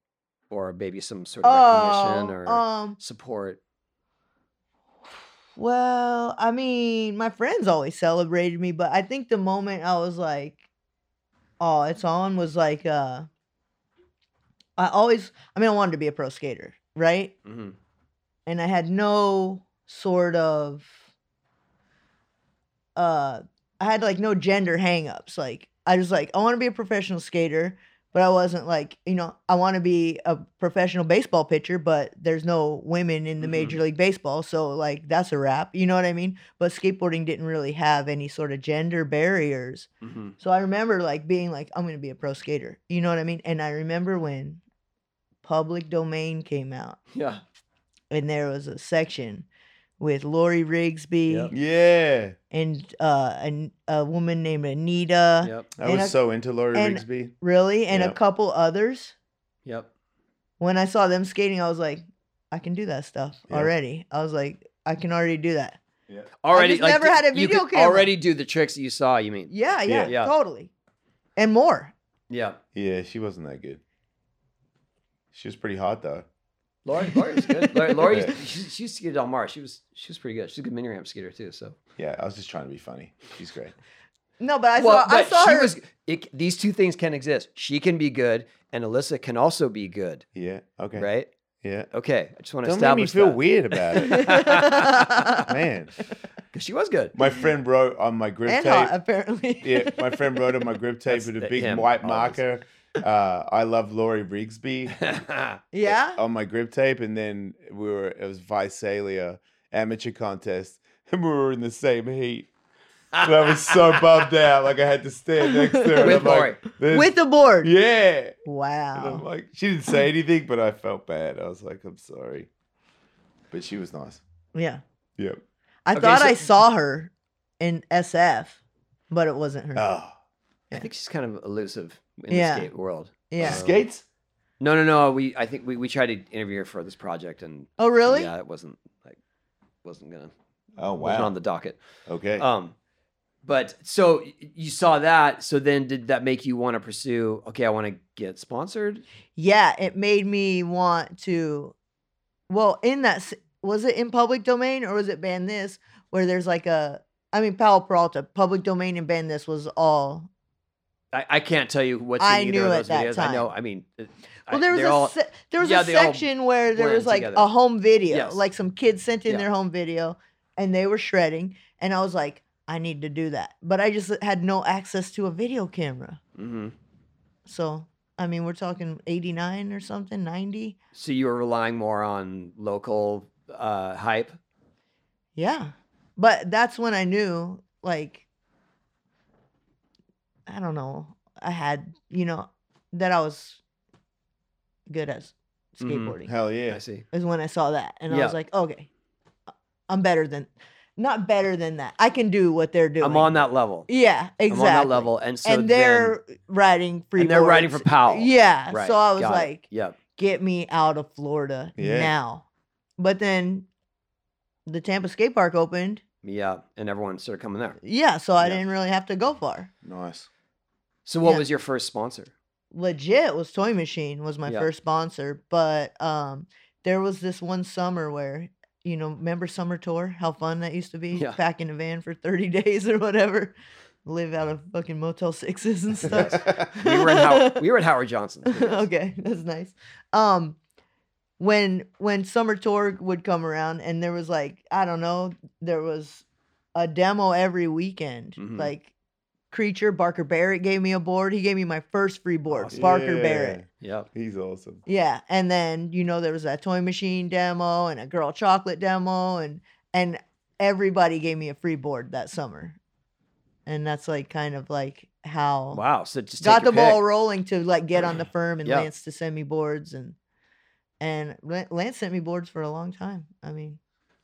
Speaker 1: or maybe some sort of recognition or
Speaker 4: um,
Speaker 1: support?
Speaker 4: well, I mean, my friends always celebrated me, but I think the moment I was like, oh, it's on was like, uh, I always, I mean, I wanted to be a pro skater, right?
Speaker 1: Mhm.
Speaker 4: and I had no sort of uh I had like no gender hangups. Like I was like, I want to be a professional skater, but I wasn't like, you know, I want to be a professional baseball pitcher, but there's no women in the
Speaker 1: Mhm.
Speaker 4: major league baseball, so like that's a wrap. You know what I mean? But skateboarding didn't really have any sort of gender barriers.
Speaker 1: Mhm.
Speaker 4: So I remember like being like, I'm gonna be a pro skater. You know what I mean? And I remember when public domain came out
Speaker 1: Yeah.
Speaker 4: and there was a section with Lori Rigsby
Speaker 1: Yep.
Speaker 3: Yeah.
Speaker 4: and uh, an, a woman named Anita,
Speaker 1: Yep.
Speaker 3: I
Speaker 4: And
Speaker 3: was
Speaker 4: I-
Speaker 3: so into Laurie
Speaker 4: and-
Speaker 3: Rigsby.
Speaker 4: really, and a
Speaker 3: Yep.
Speaker 4: couple others.
Speaker 1: Yep.
Speaker 4: When I saw them skating, I was like, I can do that stuff
Speaker 3: Yeah.
Speaker 4: already. I was like, I can already do that.
Speaker 1: Already,
Speaker 4: just never
Speaker 1: th-
Speaker 4: had a
Speaker 1: you
Speaker 4: video
Speaker 1: could
Speaker 4: camera.
Speaker 1: Already do the tricks that you saw. You mean?
Speaker 4: Yeah, yeah,
Speaker 3: Yeah.
Speaker 1: Yeah.
Speaker 4: totally, and more.
Speaker 1: Yeah.
Speaker 3: Yeah, she wasn't that good. She was pretty hot though.
Speaker 1: Lori, Lori was good. Lori, Lori
Speaker 3: Yeah. <laughs>
Speaker 1: she, she used to get Del Mar. She was she was pretty good. She's a good mini ramp skater too. So
Speaker 3: Yeah, I was just trying to be funny. She's great.
Speaker 4: No, but I saw, I
Speaker 1: but
Speaker 4: saw
Speaker 1: she
Speaker 4: <laughs> her.
Speaker 1: was. <laughs> It, these two things can exist. She can be good, and Alyssa can also be good.
Speaker 3: Yeah. Okay.
Speaker 1: Right?
Speaker 3: Yeah.
Speaker 1: Okay, I just want to
Speaker 3: Don't make me
Speaker 1: establish
Speaker 3: feel
Speaker 1: that.
Speaker 3: weird about
Speaker 4: <laughs>
Speaker 3: it, man.
Speaker 1: because she was
Speaker 3: <laughs>
Speaker 1: good. <laughs>
Speaker 3: My friend wrote on my grip
Speaker 4: and
Speaker 3: tape.
Speaker 4: hot, apparently.
Speaker 3: yeah,
Speaker 4: <laughs>
Speaker 3: my friend wrote on my grip tape
Speaker 1: That's
Speaker 3: with a
Speaker 1: the-
Speaker 3: big
Speaker 1: him,
Speaker 3: white
Speaker 1: always.
Speaker 3: marker. Uh, I love Laurie Rigsby.
Speaker 4: yeah.
Speaker 3: on my grip tape, and then we were it was Visalia amateur contest, <laughs> and we were in the same heat. And I was
Speaker 4: <laughs>
Speaker 3: so bummed out, like I had to stand next to her. and
Speaker 1: With
Speaker 3: I'm like, this-
Speaker 4: With the
Speaker 3: <laughs>
Speaker 4: board.
Speaker 3: yeah. And I'm
Speaker 4: Wow.
Speaker 3: like, she didn't say anything, but I felt bad. I was like, I'm sorry, but she was nice.
Speaker 4: Yeah.
Speaker 3: Yep.
Speaker 4: I
Speaker 1: Okay,
Speaker 4: thought I
Speaker 1: so-
Speaker 4: saw her in SF, but it wasn't her.
Speaker 3: Oh,
Speaker 1: I think she's kind of elusive in
Speaker 4: Yeah.
Speaker 1: the skate world.
Speaker 4: yeah.
Speaker 1: Uh,
Speaker 3: skates.
Speaker 1: No, no, no. We I think we, we tried to interview her for this project and
Speaker 4: oh, really?
Speaker 1: yeah, it wasn't like wasn't gonna
Speaker 3: Oh
Speaker 1: wasn't
Speaker 3: wow.
Speaker 1: on the docket.
Speaker 3: okay.
Speaker 1: Um, but so y- you saw that. So then, did that make you want to pursue? Okay, I want to get sponsored.
Speaker 4: Yeah. It made me want to. Well, in that, s- was it in public domain or was it ban this? Where there's like a, I mean, Palo Peralta, public domain and ban this was all.
Speaker 1: I, I can't tell you what's
Speaker 4: I
Speaker 1: in either
Speaker 4: knew
Speaker 1: of
Speaker 4: at
Speaker 1: those
Speaker 4: that
Speaker 1: videos. I
Speaker 4: time.
Speaker 1: know. I mean, it- I-
Speaker 4: Well, there was
Speaker 1: they're
Speaker 4: a
Speaker 1: all-
Speaker 4: se- there was
Speaker 1: yeah,
Speaker 4: a
Speaker 1: they all
Speaker 4: section where there was
Speaker 1: blend
Speaker 4: like
Speaker 1: together.
Speaker 4: a home video,
Speaker 1: Yes.
Speaker 4: like some kids sent in
Speaker 1: Yeah.
Speaker 4: their home video, and they were shredding, and I was like, I need to do that, but I just had no access to a video camera.
Speaker 1: Mhm.
Speaker 4: So I mean, we're talking eighty nine or something, ninety.
Speaker 1: So you were relying more on local uh, hype.
Speaker 4: Yeah, but that's when I knew, like, I don't know, I had you know that I was good at
Speaker 1: Mhm.
Speaker 4: skateboarding.
Speaker 3: Hell yeah.
Speaker 1: I see.
Speaker 4: is when I saw that, and I
Speaker 1: Yeah.
Speaker 4: was like, okay, I'm better than, not better than that. I can do what they're doing.
Speaker 1: I'm on that level.
Speaker 4: Yeah, exactly.
Speaker 1: I'm on that level, and so
Speaker 4: and they're riding free.
Speaker 1: then, and they're riding for
Speaker 4: boards.
Speaker 1: Powell.
Speaker 4: Yeah.
Speaker 1: Right,
Speaker 4: So I was
Speaker 1: got it.
Speaker 4: like,
Speaker 1: Yep.
Speaker 4: get me out of Florida
Speaker 3: Yeah.
Speaker 4: now. But then, the Tampa skate park opened.
Speaker 1: Yeah, and everyone started coming there.
Speaker 4: Yeah, so I
Speaker 1: Yeah.
Speaker 4: didn't really have to go far.
Speaker 3: Nice.
Speaker 1: So, what
Speaker 4: Yeah.
Speaker 1: was your first sponsor?
Speaker 4: legit was Toy Machine was my
Speaker 1: Yeah.
Speaker 4: first sponsor, but um there was this one summer where you know, remember summer tour? How fun that used to be?
Speaker 1: Yeah.
Speaker 4: Pack in a van for 30 <laughs> days or whatever. Live out of fucking Motel
Speaker 1: <laughs>
Speaker 4: 6s and stuff.
Speaker 3: <laughs>
Speaker 1: We were at
Speaker 4: <laughs>
Speaker 1: Howard, we were at Howard Johnson.
Speaker 4: okay, <laughs> that's nice. Um when when summer tour would come around and there was like, I don't know, there was a demo every weekend.
Speaker 1: Mhm.
Speaker 4: Like Creature, Barker Barrett gave me a board. He gave me my first free board,
Speaker 1: Awesome.
Speaker 4: Barker
Speaker 3: Yeah.
Speaker 4: Barrett.
Speaker 1: Yep.
Speaker 3: He's awesome.
Speaker 4: Yeah, and then you know there was that toy machine demo and a girl chocolate demo, and and everybody gave me a free board that summer, and that's like kind of like how
Speaker 1: Wow. So just
Speaker 4: got
Speaker 1: take
Speaker 4: the
Speaker 1: your
Speaker 4: ball
Speaker 1: pick.
Speaker 4: rolling to like
Speaker 3: <clears throat>
Speaker 4: get on the firm and
Speaker 1: Yeah.
Speaker 4: Lance to send me boards and and Lan- Lance sent me boards for a long time. I mean,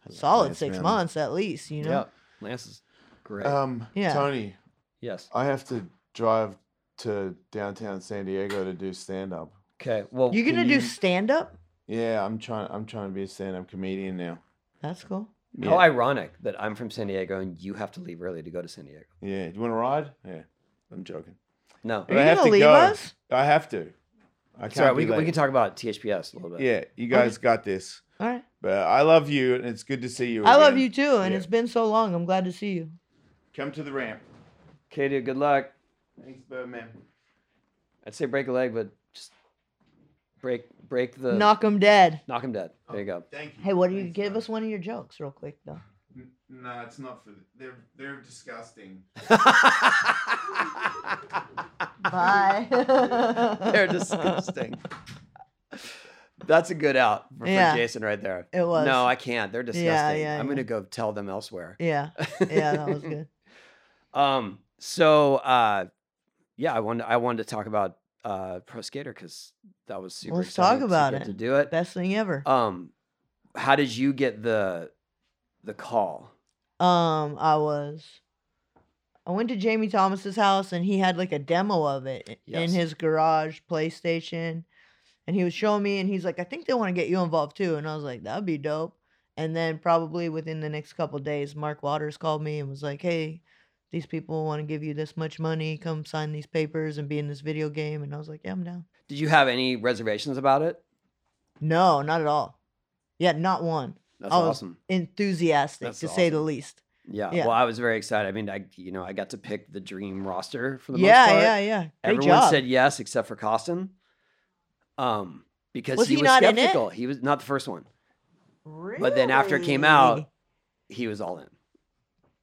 Speaker 3: I love
Speaker 4: solid
Speaker 3: Lance
Speaker 4: six
Speaker 3: Mann.
Speaker 4: months at least, you know. Uh,
Speaker 1: Yep. Lance is great.
Speaker 3: Um,
Speaker 4: Yeah.
Speaker 3: Tony,
Speaker 1: yes.
Speaker 3: I have to drive to downtown San Diego to do stand up.
Speaker 1: Okay. Well,
Speaker 4: You
Speaker 3: Can
Speaker 4: gonna do
Speaker 3: you-
Speaker 4: stand up?
Speaker 3: Yeah, I'm trying. I'm trying to be a stand up comedian now.
Speaker 4: That's cool.
Speaker 3: Yeah.
Speaker 1: How ironic that I'm from San Diego and you have to leave early to go to San Diego.
Speaker 3: yeah. Do you want to ride? Yeah. I'm joking.
Speaker 1: No,
Speaker 4: Are
Speaker 3: But I
Speaker 4: you
Speaker 3: have
Speaker 4: gonna
Speaker 3: to
Speaker 4: leave
Speaker 3: go.
Speaker 4: us?
Speaker 3: I have to. I
Speaker 1: it's all
Speaker 3: can't.
Speaker 1: right. We,
Speaker 3: be
Speaker 1: can- we
Speaker 3: late.
Speaker 1: can talk about THPS a little bit.
Speaker 3: Yeah, you guys got this.
Speaker 4: All right.
Speaker 3: But I love you, and it's good to see you.
Speaker 4: I love
Speaker 3: again.
Speaker 4: you too, and
Speaker 3: Yeah.
Speaker 4: it's been so long. I'm glad to see you.
Speaker 3: Come to the ramp.
Speaker 1: Katie, good luck.
Speaker 3: Thanks, Birdman.
Speaker 1: I'd say break a leg, but just break break the
Speaker 4: Knock 'em dead.
Speaker 1: knock him dead. There you go.
Speaker 3: Thank you.
Speaker 4: Hey, what do you
Speaker 3: Thanks,
Speaker 4: give
Speaker 3: bud.
Speaker 4: us one of your jokes real quick
Speaker 3: <laughs>
Speaker 4: though?
Speaker 3: N- No, it's not for. The, they're they're disgusting.
Speaker 4: Bye.
Speaker 1: <laughs> They're disgusting. That's a good out for, for
Speaker 4: Yeah.
Speaker 1: Jason right there.
Speaker 4: <laughs> It was.
Speaker 1: No, I can't. They're disgusting.
Speaker 4: yeah,
Speaker 1: I'm
Speaker 4: yeah.
Speaker 1: gonna go tell them elsewhere.
Speaker 4: Yeah, <laughs> yeah, that
Speaker 3: <laughs>
Speaker 4: was good.
Speaker 1: <laughs> Um. So, uh, yeah, I wanted I wanted to talk about uh pro skater because that was super.
Speaker 4: Let's talk
Speaker 1: exciting to
Speaker 4: about
Speaker 1: get
Speaker 4: it.
Speaker 1: to do it.
Speaker 4: Best thing ever.
Speaker 1: Um, how did you get the the call?
Speaker 4: Um, I was. I went to Jamie Thomas's house and he had like a demo of it i-
Speaker 1: Yes.
Speaker 4: in his garage PlayStation, and he was showing me, and he's like, "I think they want to get you involved too," and I was like, "That'd be dope." And then probably within the next couple days, Mark Waters called me and was like, "Hey, these people want to give you this much money. Come sign these papers and be in this video game." And I was like, "Yeah, I'm down."
Speaker 1: Did you have any reservations about it?
Speaker 4: No, not at all. Yeah, not one.
Speaker 1: That's
Speaker 4: I was-
Speaker 1: awesome.
Speaker 4: Enthusiastic
Speaker 1: That's
Speaker 4: to say the
Speaker 1: awesome.
Speaker 4: least.
Speaker 1: Yeah.
Speaker 4: yeah.
Speaker 1: Well, I was very excited. I mean, I you know I got to pick the dream roster for the
Speaker 4: Yeah,
Speaker 1: most part.
Speaker 4: yeah, yeah. Great
Speaker 1: Everyone
Speaker 4: job.
Speaker 1: said yes except for Costin. Um, because
Speaker 4: Was
Speaker 1: he,
Speaker 4: he
Speaker 1: was
Speaker 4: not in it?
Speaker 1: skeptical. He was not the first one.
Speaker 4: Really?
Speaker 1: But then after it came out- He was all in.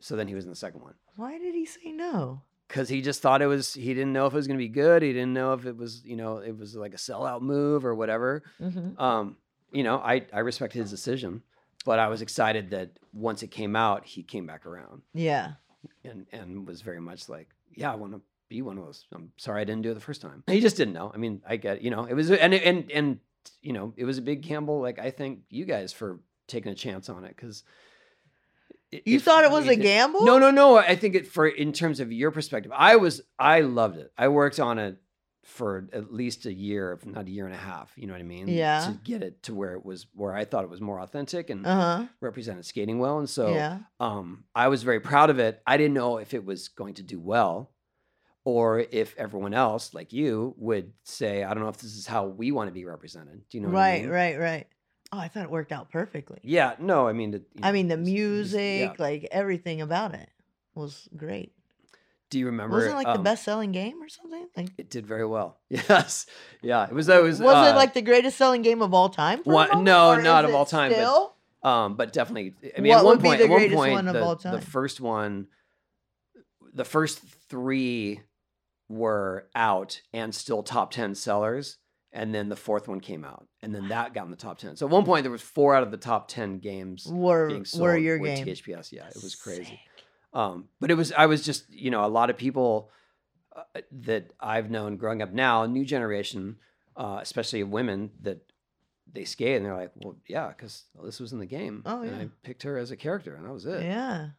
Speaker 1: So then he was in the second one
Speaker 4: why did he say no?
Speaker 1: because he just thought it was. He didn't know if it was going to be good. He didn't know if it was, you know, it was like a sellout move or whatever.
Speaker 4: Mhm.
Speaker 1: Um, you know, I I respect his decision, but I was excited that once it came out, he came back around
Speaker 4: Yeah.
Speaker 1: and and was very much like, yeah, I want to be one of those. I'm sorry I didn't do it the first time. He just didn't know. I mean, I get, you know, it was and and and you know, it was a big gamble. Like I thank you guys for taking a chance on it because
Speaker 4: You thought it was a gamble?
Speaker 1: No, no, no. I think it for in terms of your perspective, I was I loved it. I worked on it for at least a year, if not a year and a half. You know what I mean?
Speaker 4: Yeah.
Speaker 1: To get it to where it was where I thought it was more authentic and
Speaker 4: Uh huh.
Speaker 1: represented skating well. And so
Speaker 4: yeah.
Speaker 1: um, I was very proud of it. I didn't know if it was going to do well or if everyone else, like you, would say, I don't know if this is how we want to be represented. Do you know what I
Speaker 4: right.
Speaker 1: mean?
Speaker 4: Right. Right. Oh, I thought it worked out perfectly.
Speaker 1: Yeah, no, I mean, it- you
Speaker 4: I
Speaker 1: know,
Speaker 4: mean, the
Speaker 1: it's- it's- yeah.
Speaker 4: music, like everything about it, was great.
Speaker 1: Do you remember?
Speaker 4: Wasn't it like the
Speaker 1: um,
Speaker 4: best-selling game or something? Like,
Speaker 1: It did very well. <laughs> Yes, yeah. It was. It was.
Speaker 4: was
Speaker 1: uh,
Speaker 4: it like the greatest-selling game of all time? for a
Speaker 1: one-
Speaker 4: moment,
Speaker 1: no,
Speaker 4: or is
Speaker 1: not of
Speaker 4: it
Speaker 1: all time, but-
Speaker 4: Still,
Speaker 1: Um, but definitely, I mean, at
Speaker 4: What
Speaker 1: one
Speaker 4: would be
Speaker 1: point,
Speaker 4: the
Speaker 1: at one
Speaker 4: greatest
Speaker 1: point,
Speaker 4: one of
Speaker 1: the,
Speaker 4: all
Speaker 1: the
Speaker 4: time?
Speaker 1: first one, the first three were out and still top ten sellers, and then the fourth one came out, and then that got in the top ten. So at one point, there was four out of the top ten games
Speaker 4: were
Speaker 1: being sold
Speaker 4: were your
Speaker 1: were
Speaker 4: game?
Speaker 1: THPS. Yeah, it was crazy.
Speaker 4: Sick.
Speaker 1: Um, but it was I was just you know a lot of people uh, that I've known growing up now, new generation, uh, especially of women that they skate and they're like, well, yeah, because this was in the game.
Speaker 4: Oh,
Speaker 1: and
Speaker 4: yeah.
Speaker 1: I picked her as a character, and that was it.
Speaker 4: Yeah,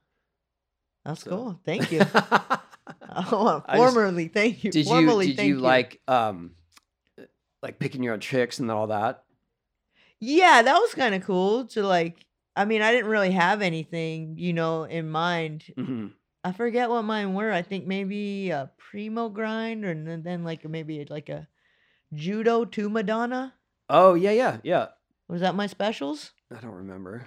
Speaker 4: that's
Speaker 1: So-
Speaker 4: cool.
Speaker 1: <laughs>
Speaker 4: Thank you. <laughs> oh,
Speaker 1: I just-
Speaker 4: formerly, thank you.
Speaker 1: did you
Speaker 4: formerly,
Speaker 1: did
Speaker 4: thank
Speaker 1: you like um like picking your own tricks and all that?
Speaker 4: Yeah, that was kind of cool to like. I mean, I didn't really have anything, you know, in mind.
Speaker 1: hmm
Speaker 4: I forget what mine were. I think maybe a primo grind, or and then- then like maybe like a judo to Madonna.
Speaker 1: Oh yeah, yeah, yeah.
Speaker 4: Was that my specials?
Speaker 1: I don't remember,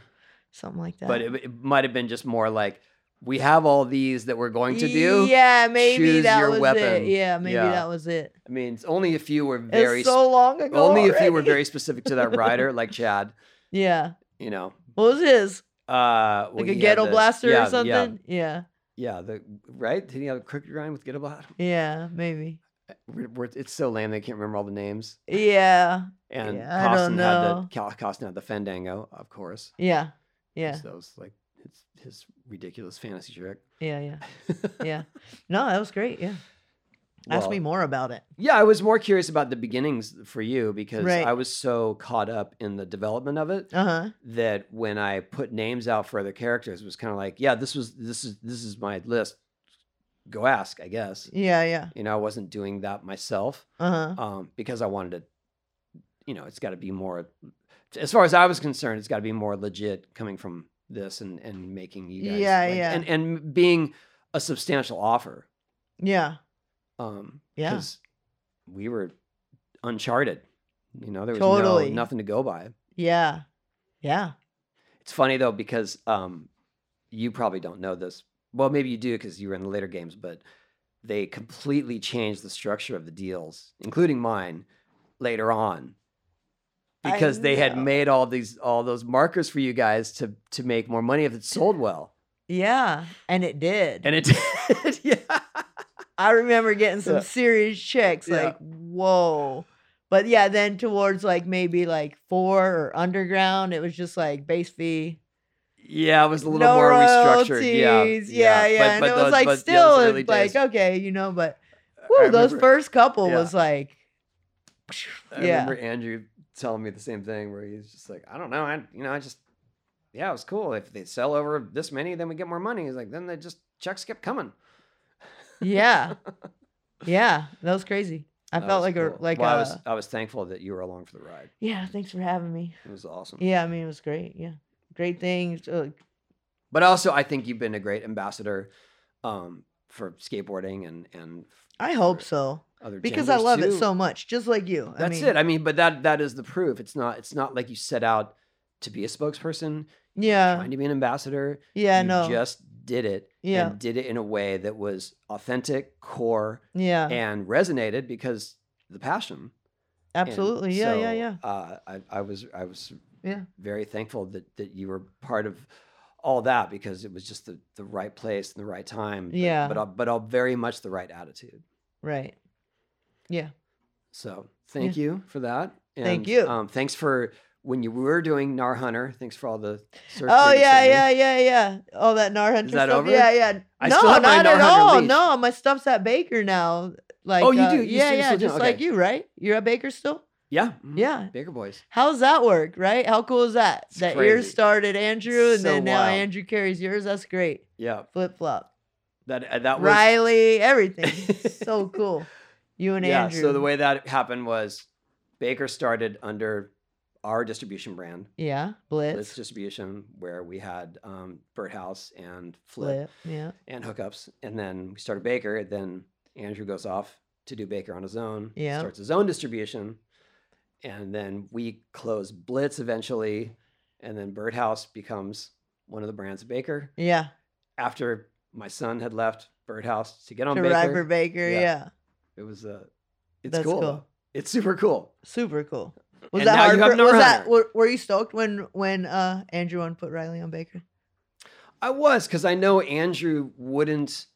Speaker 4: Something like that.
Speaker 1: but it, it might have been just more like we have all these that we're going to do.
Speaker 4: Yeah, maybe
Speaker 1: choose
Speaker 4: that
Speaker 1: your
Speaker 4: was
Speaker 1: weapon.
Speaker 4: it. Yeah, maybe
Speaker 1: Yeah.
Speaker 4: that was it.
Speaker 1: I mean, it's only a few were
Speaker 4: It's
Speaker 1: very
Speaker 4: so long ago.
Speaker 1: only if you were
Speaker 4: already.
Speaker 1: very specific to that rider, like Chad.
Speaker 4: <laughs> Yeah.
Speaker 1: You know,
Speaker 4: What was his?
Speaker 1: uh, well,
Speaker 4: Like
Speaker 1: he
Speaker 4: a
Speaker 1: had
Speaker 4: ghetto
Speaker 1: the-
Speaker 4: blaster
Speaker 1: yeah,
Speaker 4: or something?
Speaker 1: Yeah,
Speaker 4: Yeah.
Speaker 1: yeah, the right. Did he have a crooked grind with ghetto blaster?
Speaker 4: yeah. Maybe.
Speaker 1: We're- we're- it's so lame they can't remember all the names.
Speaker 4: Yeah.
Speaker 1: And
Speaker 4: Yeah, I don't
Speaker 1: Costin had the
Speaker 4: know.
Speaker 1: Cal- Costin had the Fandango, of course.
Speaker 4: Yeah.
Speaker 1: 'cause <laughs>
Speaker 4: Yeah.
Speaker 1: that was like his, his ridiculous fantasy trick.
Speaker 4: Yeah. Yeah.
Speaker 1: <laughs>
Speaker 4: Yeah. No, that was great. Yeah. Ask me
Speaker 1: Well,
Speaker 4: more about it.
Speaker 1: Yeah, I was more curious about the beginnings for you because
Speaker 4: Right.
Speaker 1: I was so caught up in the development of it
Speaker 4: Uh huh.
Speaker 1: that when I put names out for other characters, it was kind of like, yeah, this was this is this is my list. Go ask, I guess.
Speaker 4: Yeah. Yeah.
Speaker 1: You know, I wasn't doing that myself
Speaker 4: Uh huh.
Speaker 1: um, because I wanted to. You know, it's got to be more. As far as I was concerned, it's got to be more legit coming from this and and making you guys.
Speaker 4: Yeah,
Speaker 1: like-
Speaker 4: yeah.
Speaker 1: and and being a substantial offer.
Speaker 4: Yeah.
Speaker 1: Um,
Speaker 4: Yeah.
Speaker 1: 'cause we were uncharted. You know, there was
Speaker 4: Totally.
Speaker 1: no, nothing to go by.
Speaker 4: Yeah. Yeah.
Speaker 1: It's funny though because um, you probably don't know this. Well, maybe you do because you were in the later games, but they completely changed the structure of the deals, including mine, later on,
Speaker 4: I
Speaker 1: because they had
Speaker 4: know.
Speaker 1: made all these all those markers for you guys to to make more money if it sold well,
Speaker 4: Yeah. And it did.
Speaker 1: <laughs> and it did. yeah,
Speaker 4: I remember getting some
Speaker 1: Yeah.
Speaker 4: serious checks,
Speaker 1: Yeah.
Speaker 4: like whoa. But yeah, then towards like maybe like four or underground, it was just like base fee.
Speaker 1: yeah, it was a little
Speaker 4: no
Speaker 1: more restructured.
Speaker 4: royalties.
Speaker 1: Yeah,
Speaker 4: yeah, yeah. and it was
Speaker 1: those-
Speaker 4: like
Speaker 1: but, yeah,
Speaker 4: still
Speaker 1: those
Speaker 4: it's
Speaker 1: early
Speaker 4: like
Speaker 1: days,
Speaker 4: okay, you know. But
Speaker 1: I
Speaker 4: whew, those
Speaker 1: remember-
Speaker 4: first couple
Speaker 1: yeah.
Speaker 4: was like,
Speaker 1: I
Speaker 4: yeah,
Speaker 1: remember Andrew telling me the same thing where he's just like, I don't know, I you know, I just yeah, it was cool. If they sell over this many, then we get more money. He's like, then they just checks kept coming. <laughs>
Speaker 4: yeah, yeah. That was crazy. I
Speaker 1: That
Speaker 4: felt
Speaker 1: was
Speaker 4: like
Speaker 1: cool.
Speaker 4: a like
Speaker 1: well, I
Speaker 4: a
Speaker 1: was I was thankful that you were along for the ride.
Speaker 4: yeah. Thanks for having me.
Speaker 1: It was awesome.
Speaker 4: Yeah, I mean it was great. Yeah, great things. Uh,
Speaker 1: But also I think you've been a great ambassador um for skateboarding and and
Speaker 4: I hope
Speaker 1: for
Speaker 4: so
Speaker 1: other
Speaker 4: because I
Speaker 1: genders,
Speaker 4: love it
Speaker 1: too.
Speaker 4: so much, just like you. I
Speaker 1: That's
Speaker 4: mean,
Speaker 1: it. I mean, but that that is the proof. It's not it's not like you set out to be a spokesperson,
Speaker 4: Yeah.
Speaker 1: trying to be an ambassador.
Speaker 4: Yeah,
Speaker 1: you
Speaker 4: no.
Speaker 1: just did it
Speaker 4: Yeah.
Speaker 1: and did it in a way that was authentic, core,
Speaker 4: yeah.
Speaker 1: and resonated because the passion. And
Speaker 4: Absolutely. Yeah, yeah,
Speaker 1: so,
Speaker 4: yeah.
Speaker 1: Uh, I, I was I was
Speaker 4: Yeah.
Speaker 1: very thankful that that you were part of all that because it was just the the right place and the right time. but-
Speaker 4: Yeah.
Speaker 1: But all, but all very much the right attitude.
Speaker 4: Right. Yeah.
Speaker 1: So thank you for that.
Speaker 4: Thank
Speaker 1: and,
Speaker 4: you.
Speaker 1: Um, thanks for when you were doing Nar Hunter. Thanks for all the. Search
Speaker 4: Oh
Speaker 1: that you
Speaker 4: yeah,
Speaker 1: sent me.
Speaker 4: yeah, yeah, yeah. All that Nar Hunter
Speaker 1: that
Speaker 4: stuff.
Speaker 1: over?
Speaker 4: Yeah, yeah.
Speaker 1: I
Speaker 4: no,
Speaker 1: still have my
Speaker 4: not
Speaker 1: Nar
Speaker 4: at
Speaker 1: Hunter
Speaker 4: all.
Speaker 1: leash. Oh,
Speaker 4: No, my stuff's at Baker now. Like
Speaker 1: you
Speaker 4: uh,
Speaker 1: do, you
Speaker 4: yeah,
Speaker 1: still-
Speaker 4: yeah.
Speaker 1: still do,
Speaker 4: just like
Speaker 1: okay.
Speaker 4: you, right? You're at Baker still.
Speaker 1: Yeah. mhm.
Speaker 4: Yeah.
Speaker 1: Baker Boys.
Speaker 4: How does that work, right? How cool is that?
Speaker 1: It's
Speaker 4: that yours
Speaker 1: crazy.
Speaker 4: started Andrew, and
Speaker 1: So
Speaker 4: then now
Speaker 1: wild.
Speaker 4: Andrew carries yours. That's great.
Speaker 1: Yeah.
Speaker 4: Flip flop,
Speaker 1: That uh, that was <laughs>
Speaker 4: Riley, everything. so cool. You and
Speaker 1: yeah.
Speaker 4: Andrew.
Speaker 1: So the way that happened was, Baker started under our distribution brand,
Speaker 4: Yeah, Blitz.
Speaker 1: Blitz Distribution, where we had um, Birdhouse and Flip,
Speaker 4: Flip. Yeah.
Speaker 1: and hookups, and then we started Baker. Then Andrew goes off to do Baker on his own.
Speaker 4: Yeah.
Speaker 1: Starts his own distribution, and then we close Blitz eventually, and then Birdhouse becomes one of the brands of Baker
Speaker 4: Yeah.
Speaker 1: after my son had left Birdhouse to get on
Speaker 4: To
Speaker 1: Baker.
Speaker 4: Riper Baker.
Speaker 1: Yeah.
Speaker 4: yeah.
Speaker 1: It was uh, it's
Speaker 4: That's
Speaker 1: cool.
Speaker 4: cool.
Speaker 1: though. It's super cool.
Speaker 4: Super cool. Was
Speaker 1: And
Speaker 4: that
Speaker 1: now you
Speaker 4: hard?
Speaker 1: have
Speaker 4: for-
Speaker 1: no
Speaker 4: was that
Speaker 1: runner.
Speaker 4: were, were you stoked when when uh Andrew one put Riley on Baker?
Speaker 1: I was because I know Andrew wouldn't.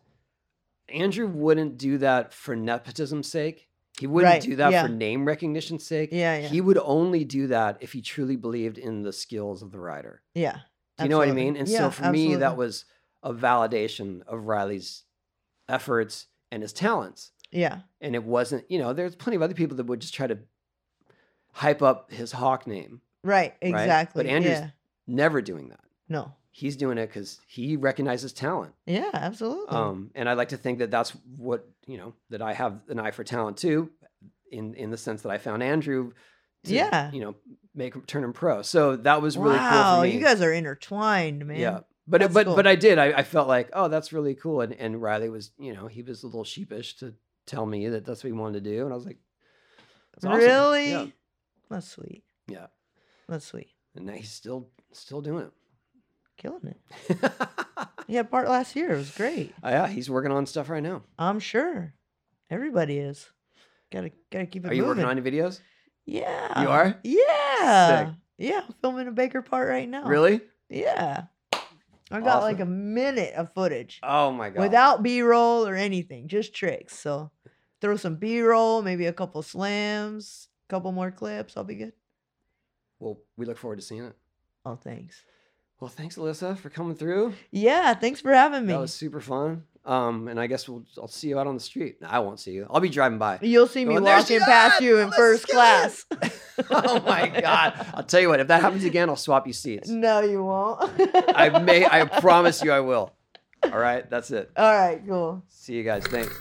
Speaker 1: Andrew wouldn't do that for nepotism's sake. He wouldn't
Speaker 4: Right,
Speaker 1: do that
Speaker 4: yeah.
Speaker 1: for name recognition's sake.
Speaker 4: Yeah, yeah.
Speaker 1: He would only do that if he truly believed in the skills of the writer.
Speaker 4: Yeah.
Speaker 1: Do you know what I
Speaker 4: absolutely.
Speaker 1: mean? And
Speaker 4: Yeah,
Speaker 1: so for me, that
Speaker 4: absolutely.
Speaker 1: was a validation of Riley's efforts and his talents.
Speaker 4: yeah,
Speaker 1: And it wasn't, you know, there's plenty of other people that would just try to hype up his hawk name.
Speaker 4: right,
Speaker 1: But
Speaker 4: exactly.
Speaker 1: Andrew's-
Speaker 4: yeah.
Speaker 1: Never doing that.
Speaker 4: no,
Speaker 1: He's doing it because he recognizes talent.
Speaker 4: yeah, absolutely.
Speaker 1: um, and I like to think that that's what you know that I have an eye for talent too, in in the sense that I found Andrew, to,
Speaker 4: Yeah.
Speaker 1: you know, make him turn him pro. So that was really
Speaker 4: wow,
Speaker 1: cool for me.
Speaker 4: you guys are intertwined, man.
Speaker 1: yeah. But it,
Speaker 4: That's
Speaker 1: but
Speaker 4: cool.
Speaker 1: but I did. I, I felt like oh that's really cool. And and Riley was you know he was a little sheepish to tell me that that's what he wanted to do, and I was like, that's awesome.
Speaker 4: really?
Speaker 1: Yeah.
Speaker 4: That's sweet.
Speaker 1: Yeah.
Speaker 4: That's sweet.
Speaker 1: And now he's still still doing
Speaker 4: Killing it.
Speaker 1: it. <laughs> Oh,
Speaker 4: He had part last year. It was great.
Speaker 1: yeah, he's working on stuff right now.
Speaker 4: I'm sure. Everybody is. Gotta gotta keep it
Speaker 1: Are you
Speaker 4: moving.
Speaker 1: working on any videos?
Speaker 4: yeah.
Speaker 1: are?
Speaker 4: Yeah. Yeah. I'm filming a Baker part right now.
Speaker 1: Really?
Speaker 4: Yeah. I got like a
Speaker 1: Awesome.
Speaker 4: minute of footage
Speaker 1: Oh my god!
Speaker 4: without B roll or anything, just tricks. So throw some B roll, maybe a couple slams, couple more clips. I'll be good.
Speaker 1: well, we look forward to seeing it.
Speaker 4: Oh, thanks.
Speaker 1: Well, thanks, Alyssa, for coming through.
Speaker 4: Yeah. Thanks for having me.
Speaker 1: That was super fun. Um, and I guess we'll I'll see you out on the street. No, I won't see you. I'll be driving
Speaker 4: <laughs>
Speaker 1: by. <laughs>
Speaker 4: You'll see me
Speaker 1: Well, there she
Speaker 4: walking past
Speaker 1: is!
Speaker 4: you in
Speaker 1: Let's
Speaker 4: first
Speaker 1: get it!
Speaker 4: class. <laughs>
Speaker 1: oh my god! I'll tell you what. If that happens again, I'll swap you
Speaker 4: <laughs>
Speaker 1: seats.
Speaker 4: No, you won't. <laughs>
Speaker 1: I may. I promise you, I will. All right. That's it.
Speaker 4: All right, cool.
Speaker 1: See you guys. Thanks.